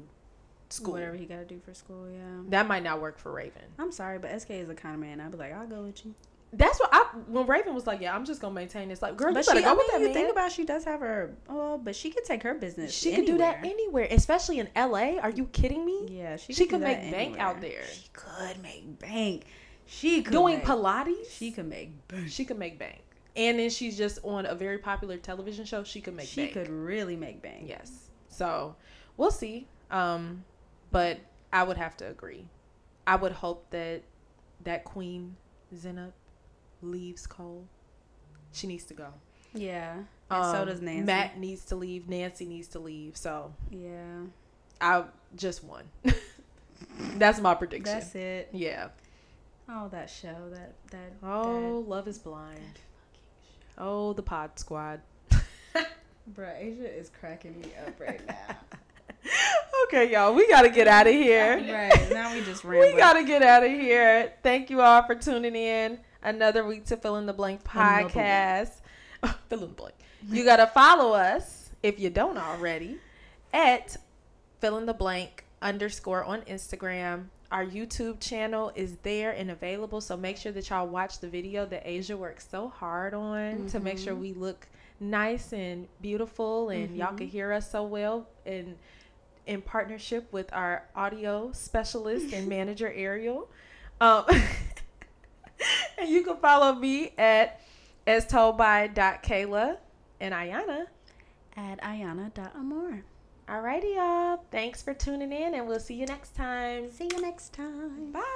S6: school.
S2: Whatever he got to do for school. Yeah.
S6: That might not work for Raven.
S2: I'm sorry, but SK is the kind of man I'd be like, I'll go with you.
S6: That's what I when Raven was like, "Yeah, I'm just gonna maintain this." Like, girl,
S2: but
S6: you better
S2: she,
S6: go
S2: I
S6: with
S2: mean,
S6: that
S2: you
S6: man.
S2: think about, it, she does have her. Oh, but she could take her business.
S6: she could do that
S2: anywhere.
S6: anywhere, especially in L.A. Are you kidding me?
S2: yeah, she could,
S6: She
S2: do
S6: could
S2: that
S6: make bank out
S2: anywhere.
S6: there.
S2: She could make bank. She could
S6: Doing
S2: make-
S6: Pilates,
S2: She could make bank.
S6: she could make bank, and then she's just on a very popular television show. She could make
S2: She
S6: bank.
S2: could really make bank.
S6: yes. So we'll see. Um, but I would have to agree. I would hope that that Queen Zenup leaves Cole. She needs to go.
S2: Yeah. And so
S6: Um,
S2: does Nancy.
S6: Matt needs to leave. Nancy needs to leave. So
S2: Yeah.
S6: I just won. That's my prediction.
S2: That's it.
S6: Yeah.
S2: Oh, that show. That that.
S6: Oh, love is blind. Oh, the pod squad.
S2: Bro, Asia is cracking me up right now.
S6: Okay, y'all, we gotta get out of here.
S2: right now, we just
S6: we
S2: rambling.
S6: gotta get out of here. Thank you all for tuning in. Another week to fill in the blank
S2: Another week.
S6: podcast. fill in the blank. You gotta follow us if you don't already at fill in the blank underscore on Instagram. Our YouTube channel is there and available, so make sure that y'all watch the video that Asia works so hard on to make sure we look nice and beautiful and y'all can hear us so well and in partnership with our audio specialist and manager Ariel. Um, and you can follow me at as told by dot Kayla and Ayana.
S2: At Ayana.amore.
S6: Alrighty, y'all. Thanks for tuning in, and we'll see you next time.
S2: See you next time.
S6: Bye.